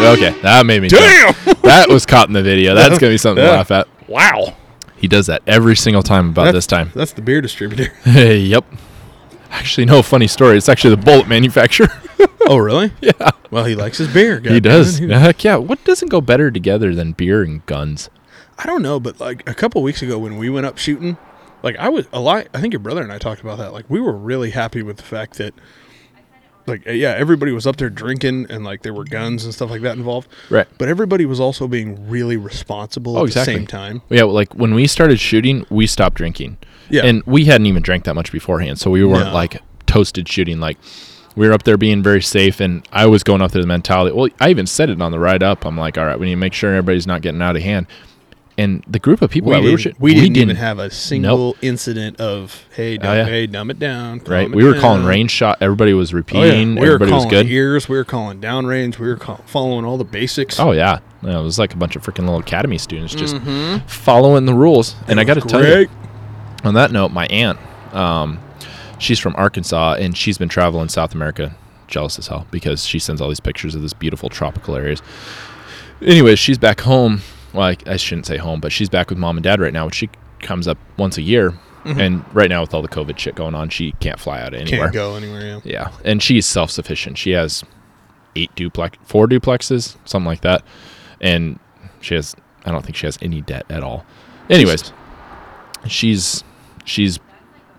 Speaker 1: Okay. That made me. jump. that was caught in the video. That's gonna be something to
Speaker 2: Yeah.
Speaker 1: laugh at.
Speaker 2: Wow.
Speaker 1: He does that every single time about this time.
Speaker 2: That's the beer distributor.
Speaker 1: Hey, yep. Actually, no funny story. It's actually the bullet manufacturer.
Speaker 2: oh, really? Yeah. Well, he likes his beer.
Speaker 1: He
Speaker 2: goddammit.
Speaker 1: does. Heck yeah. What doesn't go better together than beer and guns?
Speaker 2: I don't know, but like a couple weeks ago when we went up shooting, like I was a lot. I think your brother and I talked about that. Like we were really happy with the fact that, like, uh, yeah, everybody was up there drinking and like there were guns and stuff like that involved.
Speaker 1: Right.
Speaker 2: But everybody was also being really responsible
Speaker 1: Oh,
Speaker 2: at
Speaker 1: exactly.
Speaker 2: the same time.
Speaker 1: Yeah, like when we started shooting, we stopped drinking.
Speaker 2: Yeah.
Speaker 1: And we hadn't even drank that much beforehand, so we weren't
Speaker 2: No.
Speaker 1: like toasted shooting. Like we were up there being very safe, and I was going up there the mentality. Well, I even said it on the ride up. I'm like, all right, we need to make sure everybody's not getting out of hand. And the group of people
Speaker 2: We,
Speaker 1: that we were
Speaker 2: didn't,
Speaker 1: shooting,
Speaker 2: we, didn't even have a single incident of hey, dumb,
Speaker 1: yeah.
Speaker 2: hey, dumb it down. calm
Speaker 1: right.
Speaker 2: it
Speaker 1: We were calling
Speaker 2: down."
Speaker 1: range shot. Everybody was
Speaker 2: Oh, yeah.
Speaker 1: repeating.
Speaker 2: We were
Speaker 1: everybody
Speaker 2: calling
Speaker 1: was good.
Speaker 2: ears. We were calling downrange. We were call- following all the basics.
Speaker 1: Oh yeah. Yeah, it was like a bunch of freaking little academy students just following the rules. and I got to tell you,
Speaker 2: Mm-hmm. Great.
Speaker 1: on that note, my aunt, um, she's from Arkansas and she's been traveling South America, jealous as hell because she sends all these pictures of this beautiful tropical areas. Anyways, she's back home. Well, I, I shouldn't say home, but she's back with mom and dad right now. She comes up once a year, And right now, with all the COVID shit going on, she can't fly out anywhere.
Speaker 2: Mm-hmm. Can't go anywhere. Yeah.
Speaker 1: Yeah, and she's self sufficient. She has eight duplex, four duplexes, something like that, and she has. I don't think she has any debt at all. Anyways, she's she's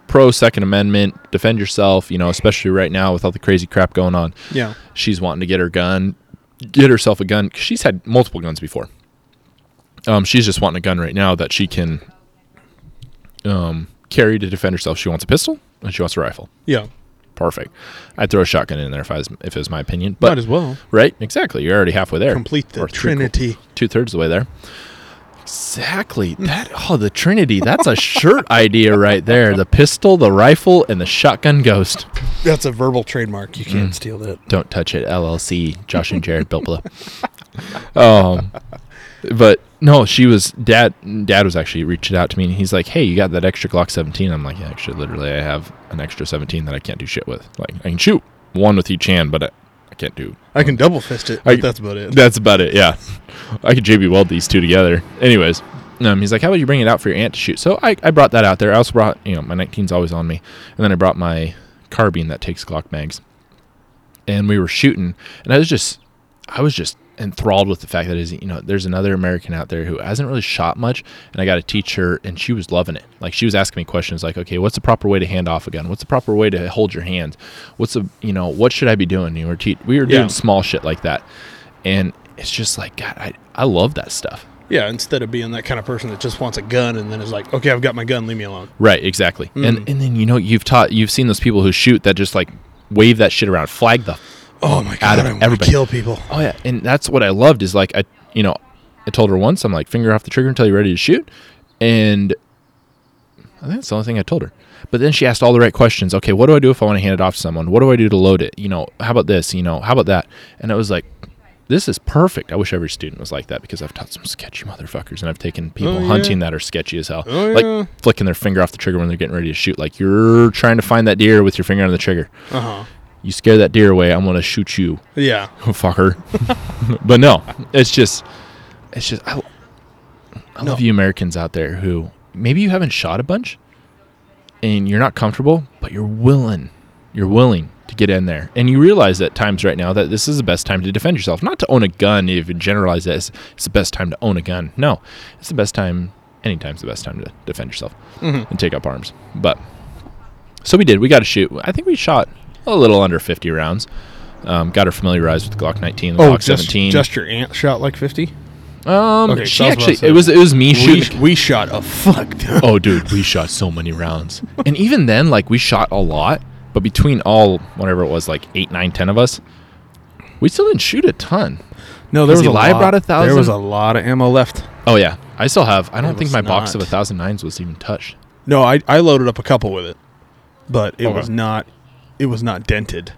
Speaker 1: pro Second Amendment, defend yourself. You know, especially right now with all the crazy crap going on.
Speaker 2: Yeah.
Speaker 1: She's wanting to get her gun, get herself a gun. 'cause she's had multiple guns before. Um, she's just wanting a gun right now that she can um carry to defend herself. She wants a pistol and she wants a rifle
Speaker 2: Yeah.
Speaker 1: perfect. I'd throw a shotgun in there if I was, if it was my opinion. But
Speaker 2: Might as well
Speaker 1: right, exactly. You're already halfway there.
Speaker 2: complete the
Speaker 1: Or three-
Speaker 2: Trinity. Mm.
Speaker 1: two thirds of the way there. Exactly. That oh, the Trinity. That's a shirt idea right there. The pistol, the rifle, and the shotgun ghost.
Speaker 2: That's a verbal trademark. You
Speaker 1: Mm.
Speaker 2: can't steal that.
Speaker 1: Don't touch it. LLC. Josh and Jared built below. Um, but no, she was dad. Dad was actually reaching out to me, and he's like, "Hey, you got that extra Glock 17?" I'm like, "Yeah, actually, literally, I have an extra 17 that I can't do shit with. Like, I can shoot one with each hand, but I, I can't do
Speaker 2: I can double fist it.
Speaker 1: I-
Speaker 2: but that's about it.
Speaker 1: That's about it. Yeah, I could JB weld these two together. Anyways, um, he's like, "How about you bring it out for your aunt to shoot?" So I, I brought that out there. I also brought you know my 19's always on me, and then I brought my carbine that takes Glock mags, and we were shooting, and I was just I was just enthralled with the fact that is you know there's another American out there who hasn't really shot much, and I got to teach her, and she was loving it. Like she was asking me questions like, okay, what's the proper way to hand off a gun? What's the proper way to hold your hands? What's the you know what should I be doing? You were te- we were doing
Speaker 2: Yeah.
Speaker 1: small shit like that, and it's just like God, I I love that stuff.
Speaker 2: yeah. Instead of being that kind of person that just wants a gun and then is like, okay, I've got my gun. Leave me alone.
Speaker 1: Right, exactly. Mm. And and then you know you've taught you've seen those people who shoot that just like wave that shit around, flag the
Speaker 2: Oh my
Speaker 1: Out
Speaker 2: god!
Speaker 1: of
Speaker 2: I want to
Speaker 1: everybody.
Speaker 2: kill people.
Speaker 1: Oh yeah, and that's what I loved is like I, you know, I told her once I'm like finger off the trigger until you're ready to shoot, and I think that's the only thing I told her. But then she asked all the right questions. Okay, what do I do if I want to hand it off to someone? What do I do to load it? You know, how about this? You know, how about that? And I was like, this is perfect. I wish every student was like that because I've taught some sketchy motherfuckers and I've taken people
Speaker 2: Oh, yeah.
Speaker 1: hunting that are sketchy as hell.
Speaker 2: Oh,
Speaker 1: like
Speaker 2: yeah.
Speaker 1: flicking their finger off the trigger when they're getting ready to shoot. Like you're trying to find that deer with your finger on the trigger.
Speaker 2: Uh huh.
Speaker 1: You scare that deer away, I'm going to shoot you
Speaker 2: Yeah.
Speaker 1: fucker. but no, it's just, it's just, I, I love you Americans out there who maybe you haven't shot a bunch and you're not comfortable, but you're willing, you're willing to get in there. And you realize at times right now that this is the best time to defend yourself. Not to own a gun, if you generalize that as it's the best time to own a gun. No, it's the best time, anytime's the best time to defend yourself
Speaker 2: Mm-hmm.
Speaker 1: and take up arms. But so we did. We got to shoot. I think we shot a little under 50 rounds. Um, got her familiarized with the Glock 19, the Glock
Speaker 2: Oh, just,
Speaker 1: 17.
Speaker 2: just your aunt shot like fifty.
Speaker 1: um,
Speaker 2: okay,
Speaker 1: she
Speaker 2: so I was about to
Speaker 1: actually
Speaker 2: say-
Speaker 1: it was it was me
Speaker 2: We,
Speaker 1: shooting.
Speaker 2: we shot a fuck ton.
Speaker 1: oh, dude, we shot so many rounds, and even then, like we shot a lot, but between all whatever it was, like eight, nine, ten of us, we still didn't shoot a ton.
Speaker 2: No,
Speaker 1: Has Eli brought a thousand?
Speaker 2: There was a lot of ammo left.
Speaker 1: Oh yeah, I still have. I don't
Speaker 2: It
Speaker 1: think
Speaker 2: was
Speaker 1: my box of
Speaker 2: not.
Speaker 1: a thousand nines was even touched.
Speaker 2: No, I, I loaded up a couple with it, but it
Speaker 1: Okay.
Speaker 2: was not it was not dented.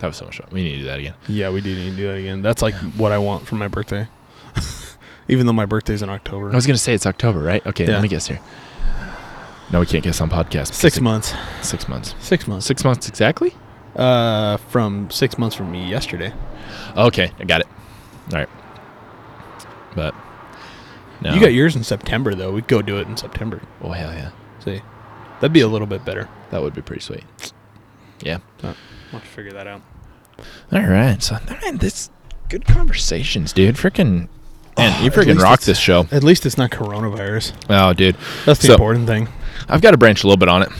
Speaker 1: That was so much fun. We need to do that again.
Speaker 2: Yeah, we do need to do that again. That's like what I want for my birthday. Even though my birthday's in
Speaker 1: I
Speaker 2: October,
Speaker 1: was gonna say it's October, right? Okay,
Speaker 2: Yeah.
Speaker 1: let me guess here. No, we can't guess on podcast.
Speaker 2: six
Speaker 1: because
Speaker 2: months,
Speaker 1: it- Six months.
Speaker 2: six months,
Speaker 1: Six months exactly.
Speaker 2: uh, from six months from me yesterday.
Speaker 1: Okay, I got it. All right, but no.
Speaker 2: You got yours in September though. We'd go do it in September.
Speaker 1: oh hell yeah,
Speaker 2: See, that'd be a little bit better.
Speaker 1: that would be pretty sweet. Yeah.
Speaker 2: I'll have to figure that out.
Speaker 1: All right, so man, this good conversations, dude. Freaking, man, you
Speaker 2: Oh, at least
Speaker 1: freaking rock
Speaker 2: it's-
Speaker 1: this show.
Speaker 2: At least it's not coronavirus.
Speaker 1: Oh, dude,
Speaker 2: That's the
Speaker 1: So-
Speaker 2: important thing.
Speaker 1: I've got to branch a little bit on it.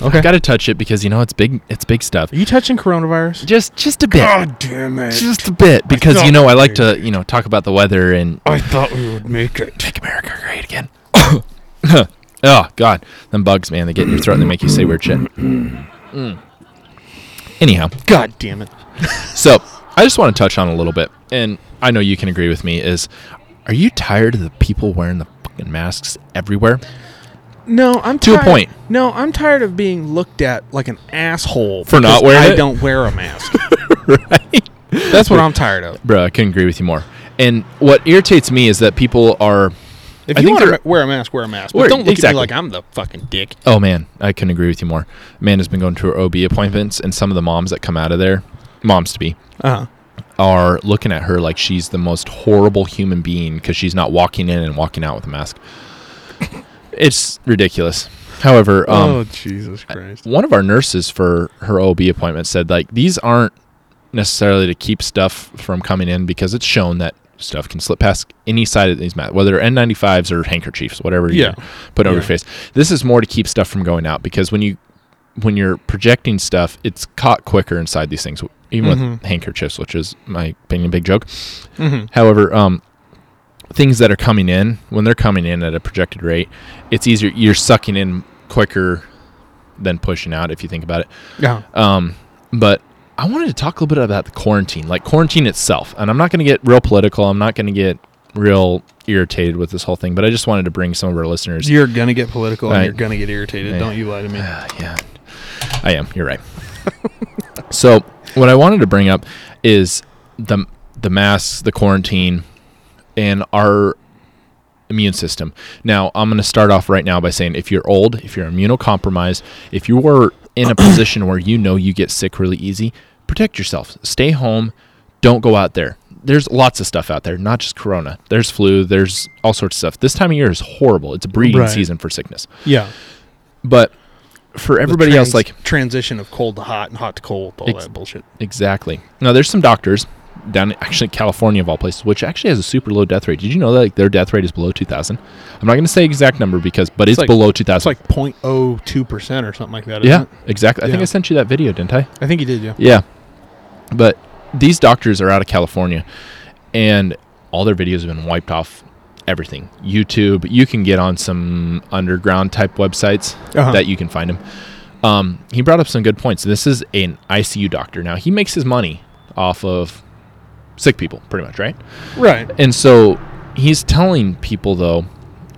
Speaker 2: Okay.
Speaker 1: I've got to touch it because you know it's big. It's big stuff.
Speaker 2: Are you touching coronavirus?
Speaker 1: Just, just a bit.
Speaker 2: damn it!
Speaker 1: just a bit because
Speaker 2: thought
Speaker 1: you know I like
Speaker 2: we-
Speaker 1: to you know talk about the weather and
Speaker 2: I thought we would make it.
Speaker 1: make America great again. oh God, them bugs, man, they get in your throat and they make you say weird shit. Mm. Anyhow,
Speaker 2: God damn it!
Speaker 1: so I just want to touch on a little bit, and I know you can agree with me. Is are you tired of the people wearing the fucking masks everywhere?
Speaker 2: No, I'm
Speaker 1: To a
Speaker 2: tired-
Speaker 1: point.
Speaker 2: No, I'm tired of being looked at like an asshole
Speaker 1: For not
Speaker 2: because
Speaker 1: wearing
Speaker 2: I
Speaker 1: it?
Speaker 2: don't wear a mask. That's what I'm tired of.
Speaker 1: Bruh, I couldn't agree with you more. And what irritates me is that people are.
Speaker 2: If
Speaker 1: I
Speaker 2: you
Speaker 1: think
Speaker 2: want
Speaker 1: they're-
Speaker 2: to wear a mask, wear a mask. But
Speaker 1: Wear-
Speaker 2: don't look
Speaker 1: exactly.
Speaker 2: at me like I'm the fucking dick.
Speaker 1: Oh man, I couldn't agree with you more. Man has been going to her OB appointments, and some of the moms that come out of there, moms to be,
Speaker 2: Uh-huh.
Speaker 1: are looking at her like she's the most horrible human being because she's not walking in and walking out with a mask. It's ridiculous. However, um,
Speaker 2: oh Jesus Christ!
Speaker 1: one of our nurses for her OB appointment said like these aren't necessarily to keep stuff from coming in because it's shown that stuff can slip past any side of these masks, whether N95s or handkerchiefs, whatever you
Speaker 2: Yeah.
Speaker 1: put over
Speaker 2: Yeah.
Speaker 1: your face. This is more to keep stuff from going out because when you when you're projecting stuff, it's caught quicker inside these things, even with
Speaker 2: Mhm.
Speaker 1: handkerchiefs, which is my opinion a big joke.
Speaker 2: Mhm.
Speaker 1: However, um, things that are coming in when they're coming in at a projected rate, it's easier. You're sucking in quicker than pushing out if you think about it.
Speaker 2: Yeah.
Speaker 1: Um, but I wanted to talk a little bit about the quarantine, like quarantine itself. And I'm not going to get real political. I'm not going to get real irritated with this whole thing. But I just wanted to bring some of our listeners.
Speaker 2: You're gonna get political and
Speaker 1: Right.
Speaker 2: you're gonna get irritated.
Speaker 1: Yeah.
Speaker 2: Don't you lie to me.
Speaker 1: Ah, yeah, I am. You're right. so what I wanted to bring up is the the masks, the quarantine, and our immune system. Now I'm going to start off right now by saying if you're old, if you're immunocompromised, if you are in a position where you know you get sick really easy, protect yourself. Stay home. Don't go out there. There's lots of stuff out there, not just corona. There's flu. There's all sorts of stuff. This time of year is horrible. It's a breeding
Speaker 2: Right.
Speaker 1: season for sickness.
Speaker 2: Yeah.
Speaker 1: But for
Speaker 2: The
Speaker 1: everybody else,
Speaker 2: trans-
Speaker 1: like
Speaker 2: transition of cold to hot and hot to cold, all
Speaker 1: Ex-
Speaker 2: that bullshit.
Speaker 1: exactly. Now there's some doctors down in- actually California of all places, which actually has a super low death rate. Did you know that like their death rate is below 2,000? I'm not going to say exact number because, but it's,
Speaker 2: like-
Speaker 1: below
Speaker 2: That's
Speaker 1: 2,000.
Speaker 2: like 0.02 percent or something like that. isn't
Speaker 1: yeah,
Speaker 2: it?
Speaker 1: exactly. I think
Speaker 2: Yeah.
Speaker 1: I sent you that video, didn't I?
Speaker 2: I think you did. Yeah.
Speaker 1: Yeah. But these doctors are out of California and all their videos have been wiped off everything. YouTube, you can get on some underground type websites
Speaker 2: Uh-huh.
Speaker 1: that you can find him. Um, he brought up some good points. This is an ICU doctor. Now, he makes his money off of sick people, pretty much, right?
Speaker 2: Right.
Speaker 1: And so he's telling people though,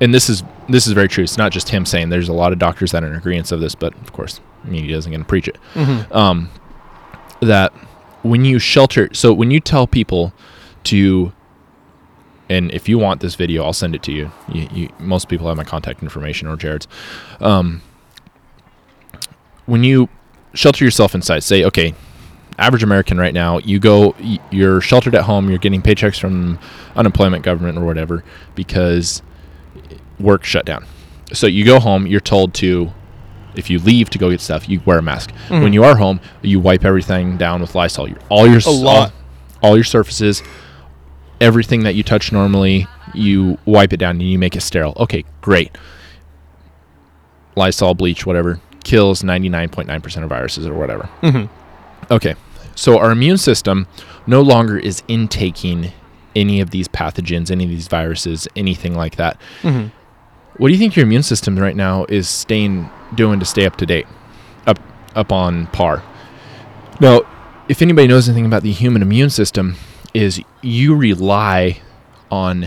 Speaker 1: and this is this is very true. It's not just him saying. There's a lot of doctors that are in agreement of this, but of course, media isn't going to preach it. Um, that when you shelter, so when you tell people to, and if you want this video, I'll send it to you. you, you most people have my contact information or Jared's. Um, when you shelter yourself inside, say, okay, average American right now, you go, y- you're sheltered at home, you're getting paychecks from unemployment, government, or whatever, because work shut down. So you go home, you're told to, if you leave to go get stuff, you wear a mask. When you are home, you wipe everything down with Lysol. Your- All your s-
Speaker 2: Mm-hmm. A lot.
Speaker 1: all, all your surfaces, everything that you touch normally, you wipe it down and you make it sterile. Okay, great. Lysol, bleach, whatever, kills 99.9% of viruses or whatever. Okay. So our immune system no longer is intaking any of these pathogens, any of these viruses, anything like that. What do you think your immune system right now is staying doing to stay up to date, up up on par? Now, if anybody knows anything about the human immune system, is you rely on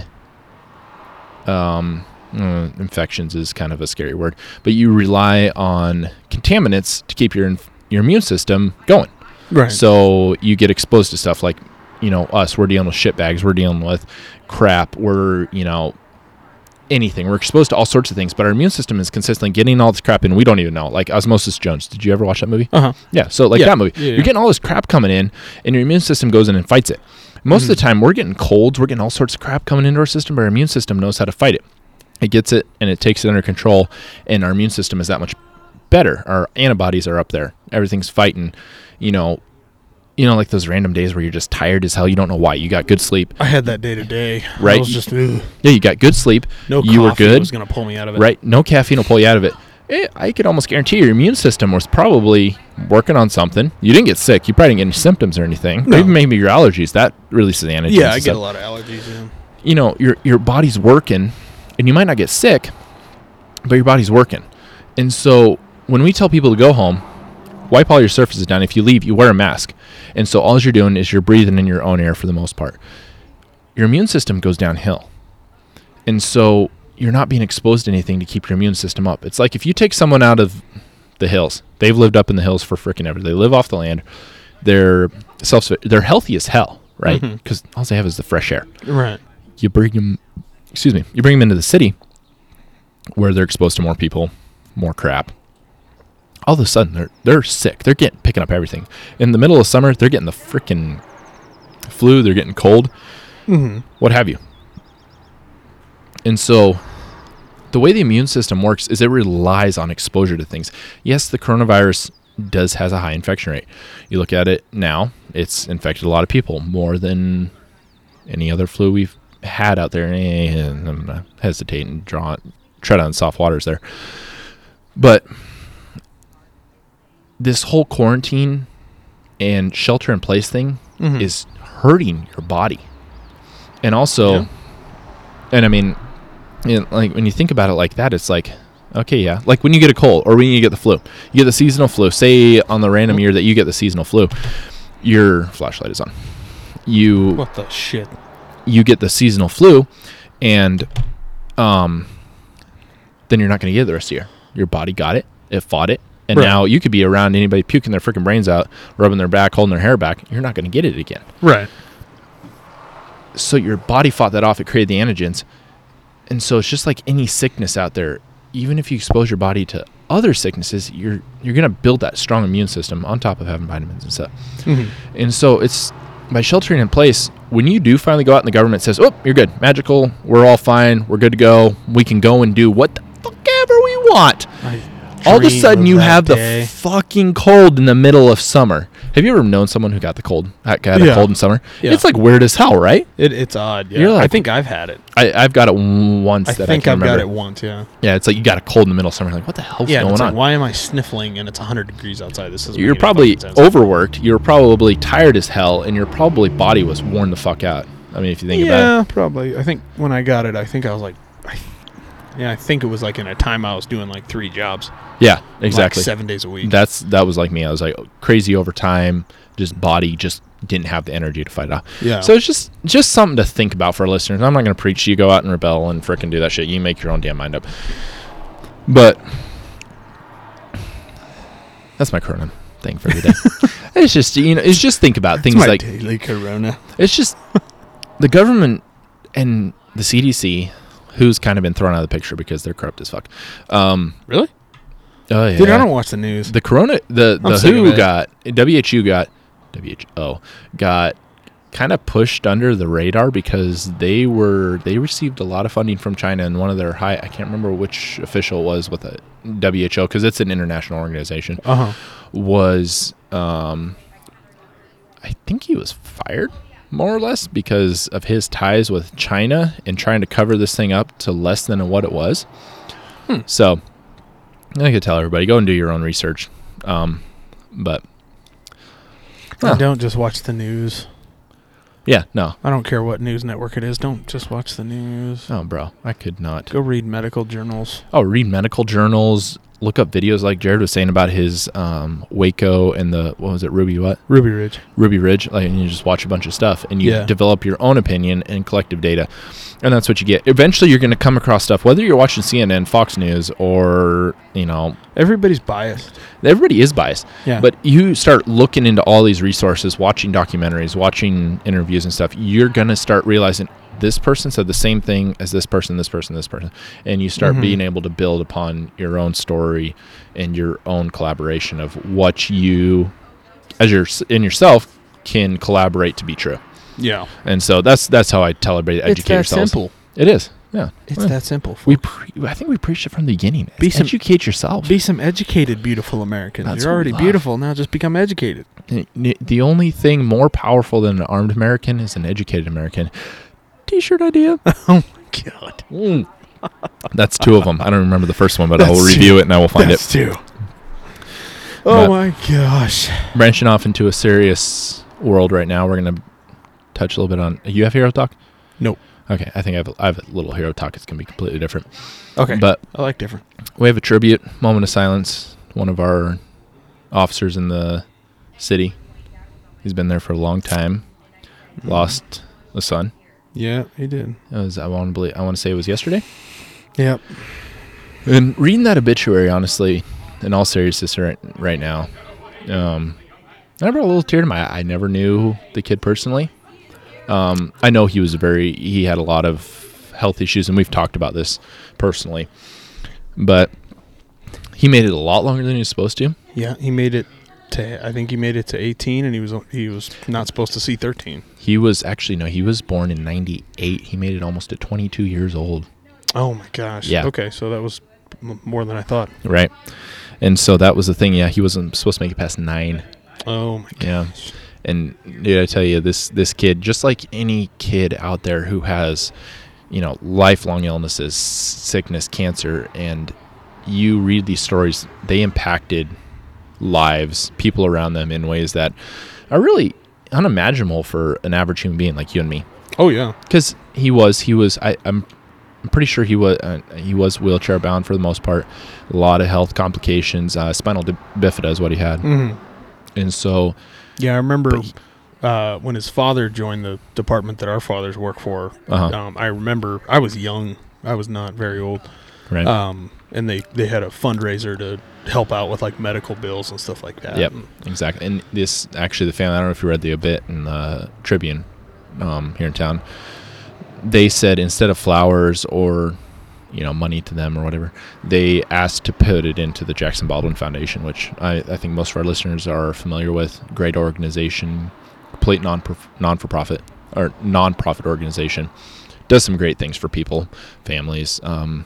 Speaker 1: um, mm, infections is kind of a scary word, but you rely on contaminants to keep your inf- your immune system going.
Speaker 2: Right.
Speaker 1: So you get exposed to stuff like, you know, us, we're dealing with shit bags, we're dealing with crap, we're, you know, anything. We're exposed to all sorts of things, but our immune system is consistently getting all this crap in. We don't even know. it. Like Osmosis Jones. Did you ever watch that movie?
Speaker 2: Uh huh.
Speaker 1: Yeah. So like
Speaker 2: Yeah.
Speaker 1: that movie,
Speaker 2: Yeah, yeah.
Speaker 1: you're getting all this crap coming in, and your immune system goes in and fights it. Most
Speaker 2: Mm.
Speaker 1: of the time, we're getting colds, we're getting all sorts of crap coming into our system, but our immune system knows how to fight it. It gets it and it takes it under control, and our immune system is that much better. Our antibodies are up there. Everything's fighting. You know, you know, like those random days where you're just tired as hell. You don't know why. You got good sleep,
Speaker 2: I had that day today. I
Speaker 1: Right.
Speaker 2: was just ugh.
Speaker 1: yeah. You got good sleep.
Speaker 2: no.
Speaker 1: you were
Speaker 2: coffee
Speaker 1: good.
Speaker 2: Was gonna pull me out of it.
Speaker 1: Right. No caffeine will pull you out of it. Eh, I could almost guarantee your immune system was probably working on something. You didn't get sick. You probably didn't get any symptoms or anything. Or
Speaker 2: No.
Speaker 1: even maybe your allergies. That releases the antigens.
Speaker 2: Yeah,
Speaker 1: and
Speaker 2: I get
Speaker 1: stuff.
Speaker 2: a lot of allergies. Yeah.
Speaker 1: You know, your your body's working, and you might not get sick, but your body's working. And so when we tell people to go home, wipe all your surfaces down. If you leave, you wear a mask. And so all you're doing is you're breathing in your own air for the most part. Your immune system goes downhill. And so you're not being exposed to anything to keep your immune system up. It's like if you take someone out of the hills, they've lived up in the hills for freaking ever. They live off the land. They're self they're healthy as hell, right?
Speaker 2: Mhm.
Speaker 1: Cuz all they have is the fresh air
Speaker 2: Right.
Speaker 1: you bring them excuse me you bring them into the city where they're exposed to more people more crap all of a sudden they're they're sick they're getting picking up everything in the middle of summer they're getting the freaking flu they're getting cold
Speaker 2: Mm-hmm.
Speaker 1: what have you and so the way the immune system works is it relies on exposure to things. Yes, the coronavirus does has a high infection rate. You look at it now, it's infected a lot of people more than any other flu we've had out there. And I'm gonna hesitate and draw tread on soft waters there, but this whole quarantine and shelter in place thing
Speaker 2: Mhm.
Speaker 1: is hurting your body, and also,
Speaker 2: Yeah.
Speaker 1: and I mean, you know, like when you think about it like that, it's like, okay, yeah, like when you get a cold or when you get the flu, you get the seasonal flu. Say on the random year that you get the seasonal flu, your flashlight is on. You
Speaker 2: What the shit?
Speaker 1: you get the seasonal flu, and um, then you're not going to get it the rest of the year. Your body got it, it fought it, and
Speaker 2: Right.
Speaker 1: now you could be around anybody puking their freaking brains out, rubbing their back, holding their hair back. You're not going to get it again.
Speaker 2: Right.
Speaker 1: So your body fought that off. It created the antigens, and so it's just like any sickness out there. Even if you expose your body to other sicknesses, you're you're going to build that strong immune system on top of having vitamins and stuff.
Speaker 2: Mhm.
Speaker 1: And so it's by sheltering in place, when you do finally go out and the government says, oh, you're good, magical, we're all fine, we're good to go, we can go and do what the fuck ever we want.
Speaker 2: I
Speaker 1: All of a
Speaker 2: dream
Speaker 1: sudden, you
Speaker 2: that
Speaker 1: have
Speaker 2: day.
Speaker 1: the fucking cold in the middle of summer. Have you ever known someone who got the cold? Got a
Speaker 2: Yeah.
Speaker 1: cold in summer?
Speaker 2: Yeah.
Speaker 1: It's like weird as hell, right?
Speaker 2: It, it's odd. Yeah.
Speaker 1: You're like-
Speaker 2: I think I've had it.
Speaker 1: I, I've got it once
Speaker 2: I
Speaker 1: that
Speaker 2: think
Speaker 1: I
Speaker 2: I
Speaker 1: can
Speaker 2: have
Speaker 1: remember.
Speaker 2: got it once. Yeah.
Speaker 1: Yeah, it's like you got a cold in the middle of summer. Like, what the hell's
Speaker 2: yeah. and
Speaker 1: going
Speaker 2: it's
Speaker 1: on?
Speaker 2: Like, why am I sniffling and it's 100 degrees outside? This is
Speaker 1: you're probably overworked. You're probably tired as hell, and your probably body was worn the fuck out. I mean, if you think about it.
Speaker 2: yeah, probably. I think when I got it, I think I was like, I th- yeah, I think it was like in a time I was doing like three jobs,
Speaker 1: Yeah,
Speaker 2: like
Speaker 1: exactly.
Speaker 2: seven days a week.
Speaker 1: That's that was like me. I was like crazy overtime. Just body just didn't have the energy to fight off.
Speaker 2: yeah.
Speaker 1: So it's just just something to think about for our listeners. I'm not going to preach. You go out and rebel and frickin' do that shit. You make your own damn mind up. But that's my cronin thing for today. it's just you know it's just think about things
Speaker 2: it's my
Speaker 1: like
Speaker 2: daily corona.
Speaker 1: it's just the government and the CDC, who's kind of been thrown out of the picture because they're corrupt as fuck. Um,
Speaker 2: Really?
Speaker 1: oh yeah,
Speaker 2: Dude, I don't watch the news.
Speaker 1: the corona the
Speaker 2: I'm
Speaker 1: the
Speaker 2: sick of
Speaker 1: who
Speaker 2: it.
Speaker 1: got who got who got kind of pushed under the radar because they were they received a lot of funding from china and one of their high i can't remember which official it was with a who because it's an international organization
Speaker 2: Uh huh.
Speaker 1: was um i think he was fired more or less because of his ties with china and trying to cover this thing up to less than what it was so i could tell everybody go and do your own research um but Huh.
Speaker 2: I don't just watch the news.
Speaker 1: yeah no
Speaker 2: I don't care what news network it is. Don't just watch the news.
Speaker 1: oh bro i could not
Speaker 2: Go read medical journals.
Speaker 1: oh read medical journals look up videos like jared was saying about his um waco and the what was it ruby what
Speaker 2: Ruby Ridge.
Speaker 1: Ruby Ridge, like, and you just watch a bunch of stuff and you
Speaker 2: Yeah.
Speaker 1: develop your own opinion and collective data. And that's what you get. Eventually, you're going to come across stuff, whether you're watching CNN, Fox News, or, you know,
Speaker 2: Everybody's biased.
Speaker 1: everybody is biased.
Speaker 2: Yeah.
Speaker 1: But you start looking into all these resources, watching documentaries, watching interviews and stuff, you're going to start realizing this person said the same thing as this person, this person, this person. And you start
Speaker 2: Mhm.
Speaker 1: being able to build upon your own story and your own collaboration of what you, as your in yourself, can collaborate to be true.
Speaker 2: yeah.
Speaker 1: And so that's that's how I tell everybody to educate yourselves. It is. Yeah.
Speaker 2: It's
Speaker 1: Yeah.
Speaker 2: that simple.
Speaker 1: we pre- I think we preached it from the beginning.
Speaker 2: Be
Speaker 1: It's
Speaker 2: some-
Speaker 1: educate yourself.
Speaker 2: Be some educated, beautiful Americans.
Speaker 1: That's what
Speaker 2: You're
Speaker 1: we
Speaker 2: already
Speaker 1: love.
Speaker 2: beautiful. Now just become educated.
Speaker 1: N- n- The only thing more powerful than an armed American is an educated American. T-shirt idea.
Speaker 2: Oh my god.
Speaker 1: Mm. That's two of them. I don't remember the first one, but I will
Speaker 2: That's two.
Speaker 1: review it and I will find
Speaker 2: That's
Speaker 1: it.
Speaker 2: two.
Speaker 1: But-
Speaker 2: Oh my gosh.
Speaker 1: Branching off into a serious world right now, we're gonna touch a little bit on. You have hero talk?
Speaker 2: Nope.
Speaker 1: Okay, I think I have, I have a little hero talk. It's gonna be completely different.
Speaker 2: Okay.
Speaker 1: But
Speaker 2: I like different.
Speaker 1: we have a tribute moment of silence. One of our officers in the city. He's been there for a long time.
Speaker 2: Mm-hmm.
Speaker 1: Lost a son.
Speaker 2: Yeah, he did.
Speaker 1: It was I want to believe I want to say it was yesterday.
Speaker 2: Yep.
Speaker 1: And reading that obituary, honestly, in all seriousness, right, right now, um, I brought a little tear to my eye. I never knew the kid personally. Um, I know he was very he had a lot of health issues, and we've talked about this personally. But he made it a lot longer than he was supposed to.
Speaker 2: Yeah, he made it to I think he made it to 18 and he was he was not supposed to see 13.
Speaker 1: He was actually no, he was born in '98. He made it almost to 22 years old.
Speaker 2: Oh my gosh.
Speaker 1: Yeah.
Speaker 2: Okay, so that was m- more than I thought.
Speaker 1: right? And so that was the thing. Yeah, he wasn't supposed to make it past nine.
Speaker 2: Oh my
Speaker 1: Yeah.
Speaker 2: gosh.
Speaker 1: And dude, I tell you, this this kid, just like any kid out there who has, you know, lifelong illnesses, sickness, cancer, and you read these stories, they impacted lives, people around them in ways that are really unimaginable for an average human being like you and me.
Speaker 2: Oh yeah.
Speaker 1: because he was he was I, I'm I'm pretty sure he was uh, he was wheelchair bound for the most part. A lot of health complications, uh, spinal di- bifida is what he had,
Speaker 2: hmm
Speaker 1: and so
Speaker 2: Yeah, I remember
Speaker 1: But he-
Speaker 2: uh, when his father joined the department that our fathers work for.
Speaker 1: Uh-huh.
Speaker 2: Um, I remember I was young. I was not very old.
Speaker 1: right,
Speaker 2: Um, and they, they had a fundraiser to help out with like medical bills and stuff like that.
Speaker 1: yep, exactly. And this actually the family. I don't know if you read the obit in the Tribune um, here in town. They said instead of flowers or you know money to them or whatever, they asked to put it into the Jackson Baldwin Foundation, which I, I think most of our listeners are familiar with. Great organization, complete non non for profit or non profit organization, does some great things for people, families, um,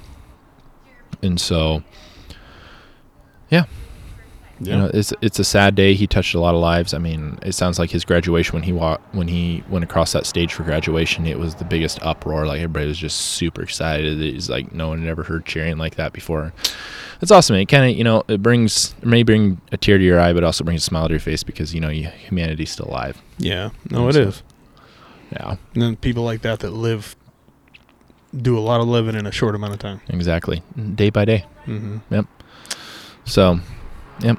Speaker 1: and so yeah,
Speaker 2: Yeah.
Speaker 1: you know, it's it's a sad day. He touched a lot of lives. I mean, it sounds like his graduation when he wa- when he went across that stage for graduation, it was the biggest uproar. Like everybody was just super excited. It's like no one had ever heard cheering like that before. It's awesome. It kind of you know it brings it may bring a tear to your eye, but also brings a smile to your face because you know you, humanity's still alive.
Speaker 2: yeah. No, it
Speaker 1: So-
Speaker 2: is.
Speaker 1: Yeah,
Speaker 2: And then people like that that live do a lot of living in a short amount of time.
Speaker 1: exactly. Day by day.
Speaker 2: Mm-hmm.
Speaker 1: So, yep.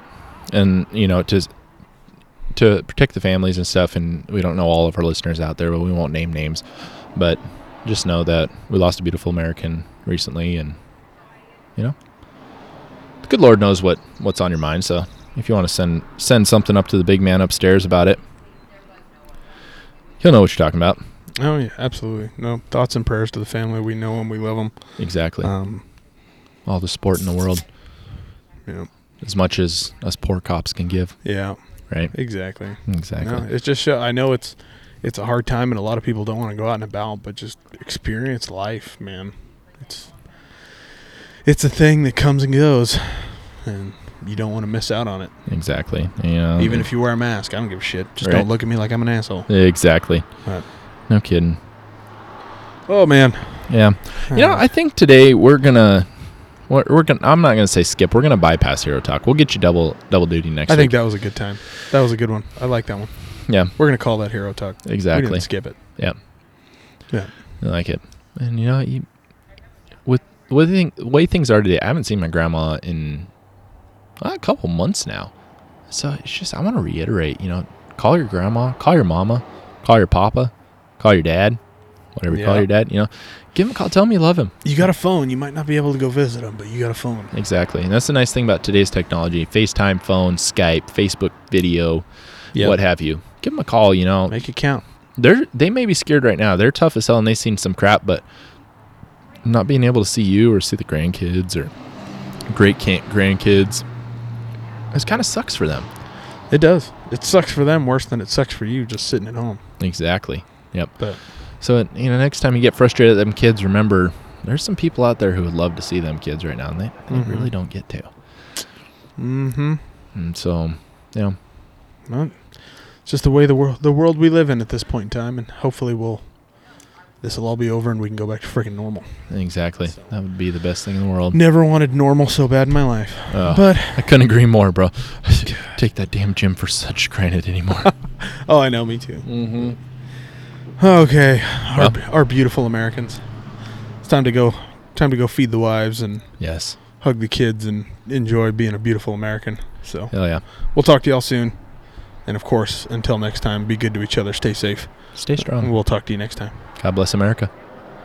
Speaker 1: And you know, to to protect the families and stuff, and we don't know all of our listeners out there, but we won't name names. But just know that we lost a beautiful American recently, and you know, the good Lord knows what what's on your mind. So, if you want to send send something up to the big man upstairs about it, he'll know what you're talking about.
Speaker 2: Oh yeah, absolutely. No thoughts and prayers to the family. We know them. We love them.
Speaker 1: Exactly.
Speaker 2: Um,
Speaker 1: all the support in the world,
Speaker 2: yeah.
Speaker 1: as much as us poor cops can give.
Speaker 2: Yeah.
Speaker 1: Right.
Speaker 2: Exactly.
Speaker 1: Exactly.
Speaker 2: No, it's just show, I know it's it's a hard time and a lot of people don't want to go out and about, but just experience life, man. It's it's a thing that comes and goes, and you don't want to miss out on it.
Speaker 1: Exactly. You know,
Speaker 2: Even if you wear a mask, I don't give a shit. Just
Speaker 1: Right.
Speaker 2: don't look at me like I'm an asshole.
Speaker 1: Exactly.
Speaker 2: Right.
Speaker 1: No kidding.
Speaker 2: Oh man.
Speaker 1: Yeah. You know,
Speaker 2: Uh,
Speaker 1: I think today we're gonna we're, we're gonna I'm not gonna say skip. We're gonna bypass Hero Talk. We'll get you double double duty next.
Speaker 2: I
Speaker 1: week.
Speaker 2: think that was a good time. That was a good one. I like that one.
Speaker 1: Yeah.
Speaker 2: We're gonna call that hero talk. We
Speaker 1: exactly.
Speaker 2: didn't skip it.
Speaker 1: I like it. And you know, you, with with the thing, way things are today, I haven't seen my grandma in uh, a couple months now. So it's just I want to reiterate. You know, call your grandma, call your mama, call your papa, call your dad, whatever you call
Speaker 2: Yeah.
Speaker 1: your dad. You know, give him a call. Tell him you love him.
Speaker 2: You got a phone. You might not be able to go visit them, but you got a phone.
Speaker 1: Exactly. And that's the nice thing about today's technology FaceTime, phone, Skype, Facebook, video, what have you. Give them a call, you know.
Speaker 2: Make it count.
Speaker 1: They're, they may be scared right now. They're tough as hell and they've seen some crap, but not being able to see you or see the grandkids or great can- grandkids, it kind of sucks for them.
Speaker 2: It does. It sucks for them worse than it sucks for you just sitting at home.
Speaker 1: Exactly. Yep.
Speaker 2: But
Speaker 1: So, you know, next time you get frustrated at them kids, remember there's some people out there who would love to see them kids right now and they, they
Speaker 2: Mhm.
Speaker 1: really don't get to.
Speaker 2: mm-hmm.
Speaker 1: And so, you know,
Speaker 2: Well, it's just the way the world the world we live in at this point in time, and hopefully we'll this will all be over and we can go back to freaking normal.
Speaker 1: exactly.
Speaker 2: So-
Speaker 1: That would be the best thing in the world.
Speaker 2: Never wanted normal so bad in my life.
Speaker 1: Ugh.
Speaker 2: But
Speaker 1: I couldn't agree more, bro. Take that damn gym for such granted anymore.
Speaker 2: oh, I know, me too.
Speaker 1: mm-hmm.
Speaker 2: Okay, our,
Speaker 1: Well.
Speaker 2: our beautiful Americans. It's time to go. Time to go feed the wives and
Speaker 1: Yes.
Speaker 2: hug the kids and enjoy being a beautiful American. So
Speaker 1: Hell yeah.
Speaker 2: we'll talk to y'all soon. And of course, until next time, be good to each other. Stay safe.
Speaker 1: Stay
Speaker 2: And
Speaker 1: strong.
Speaker 2: we'll talk to you next time.
Speaker 1: God bless America.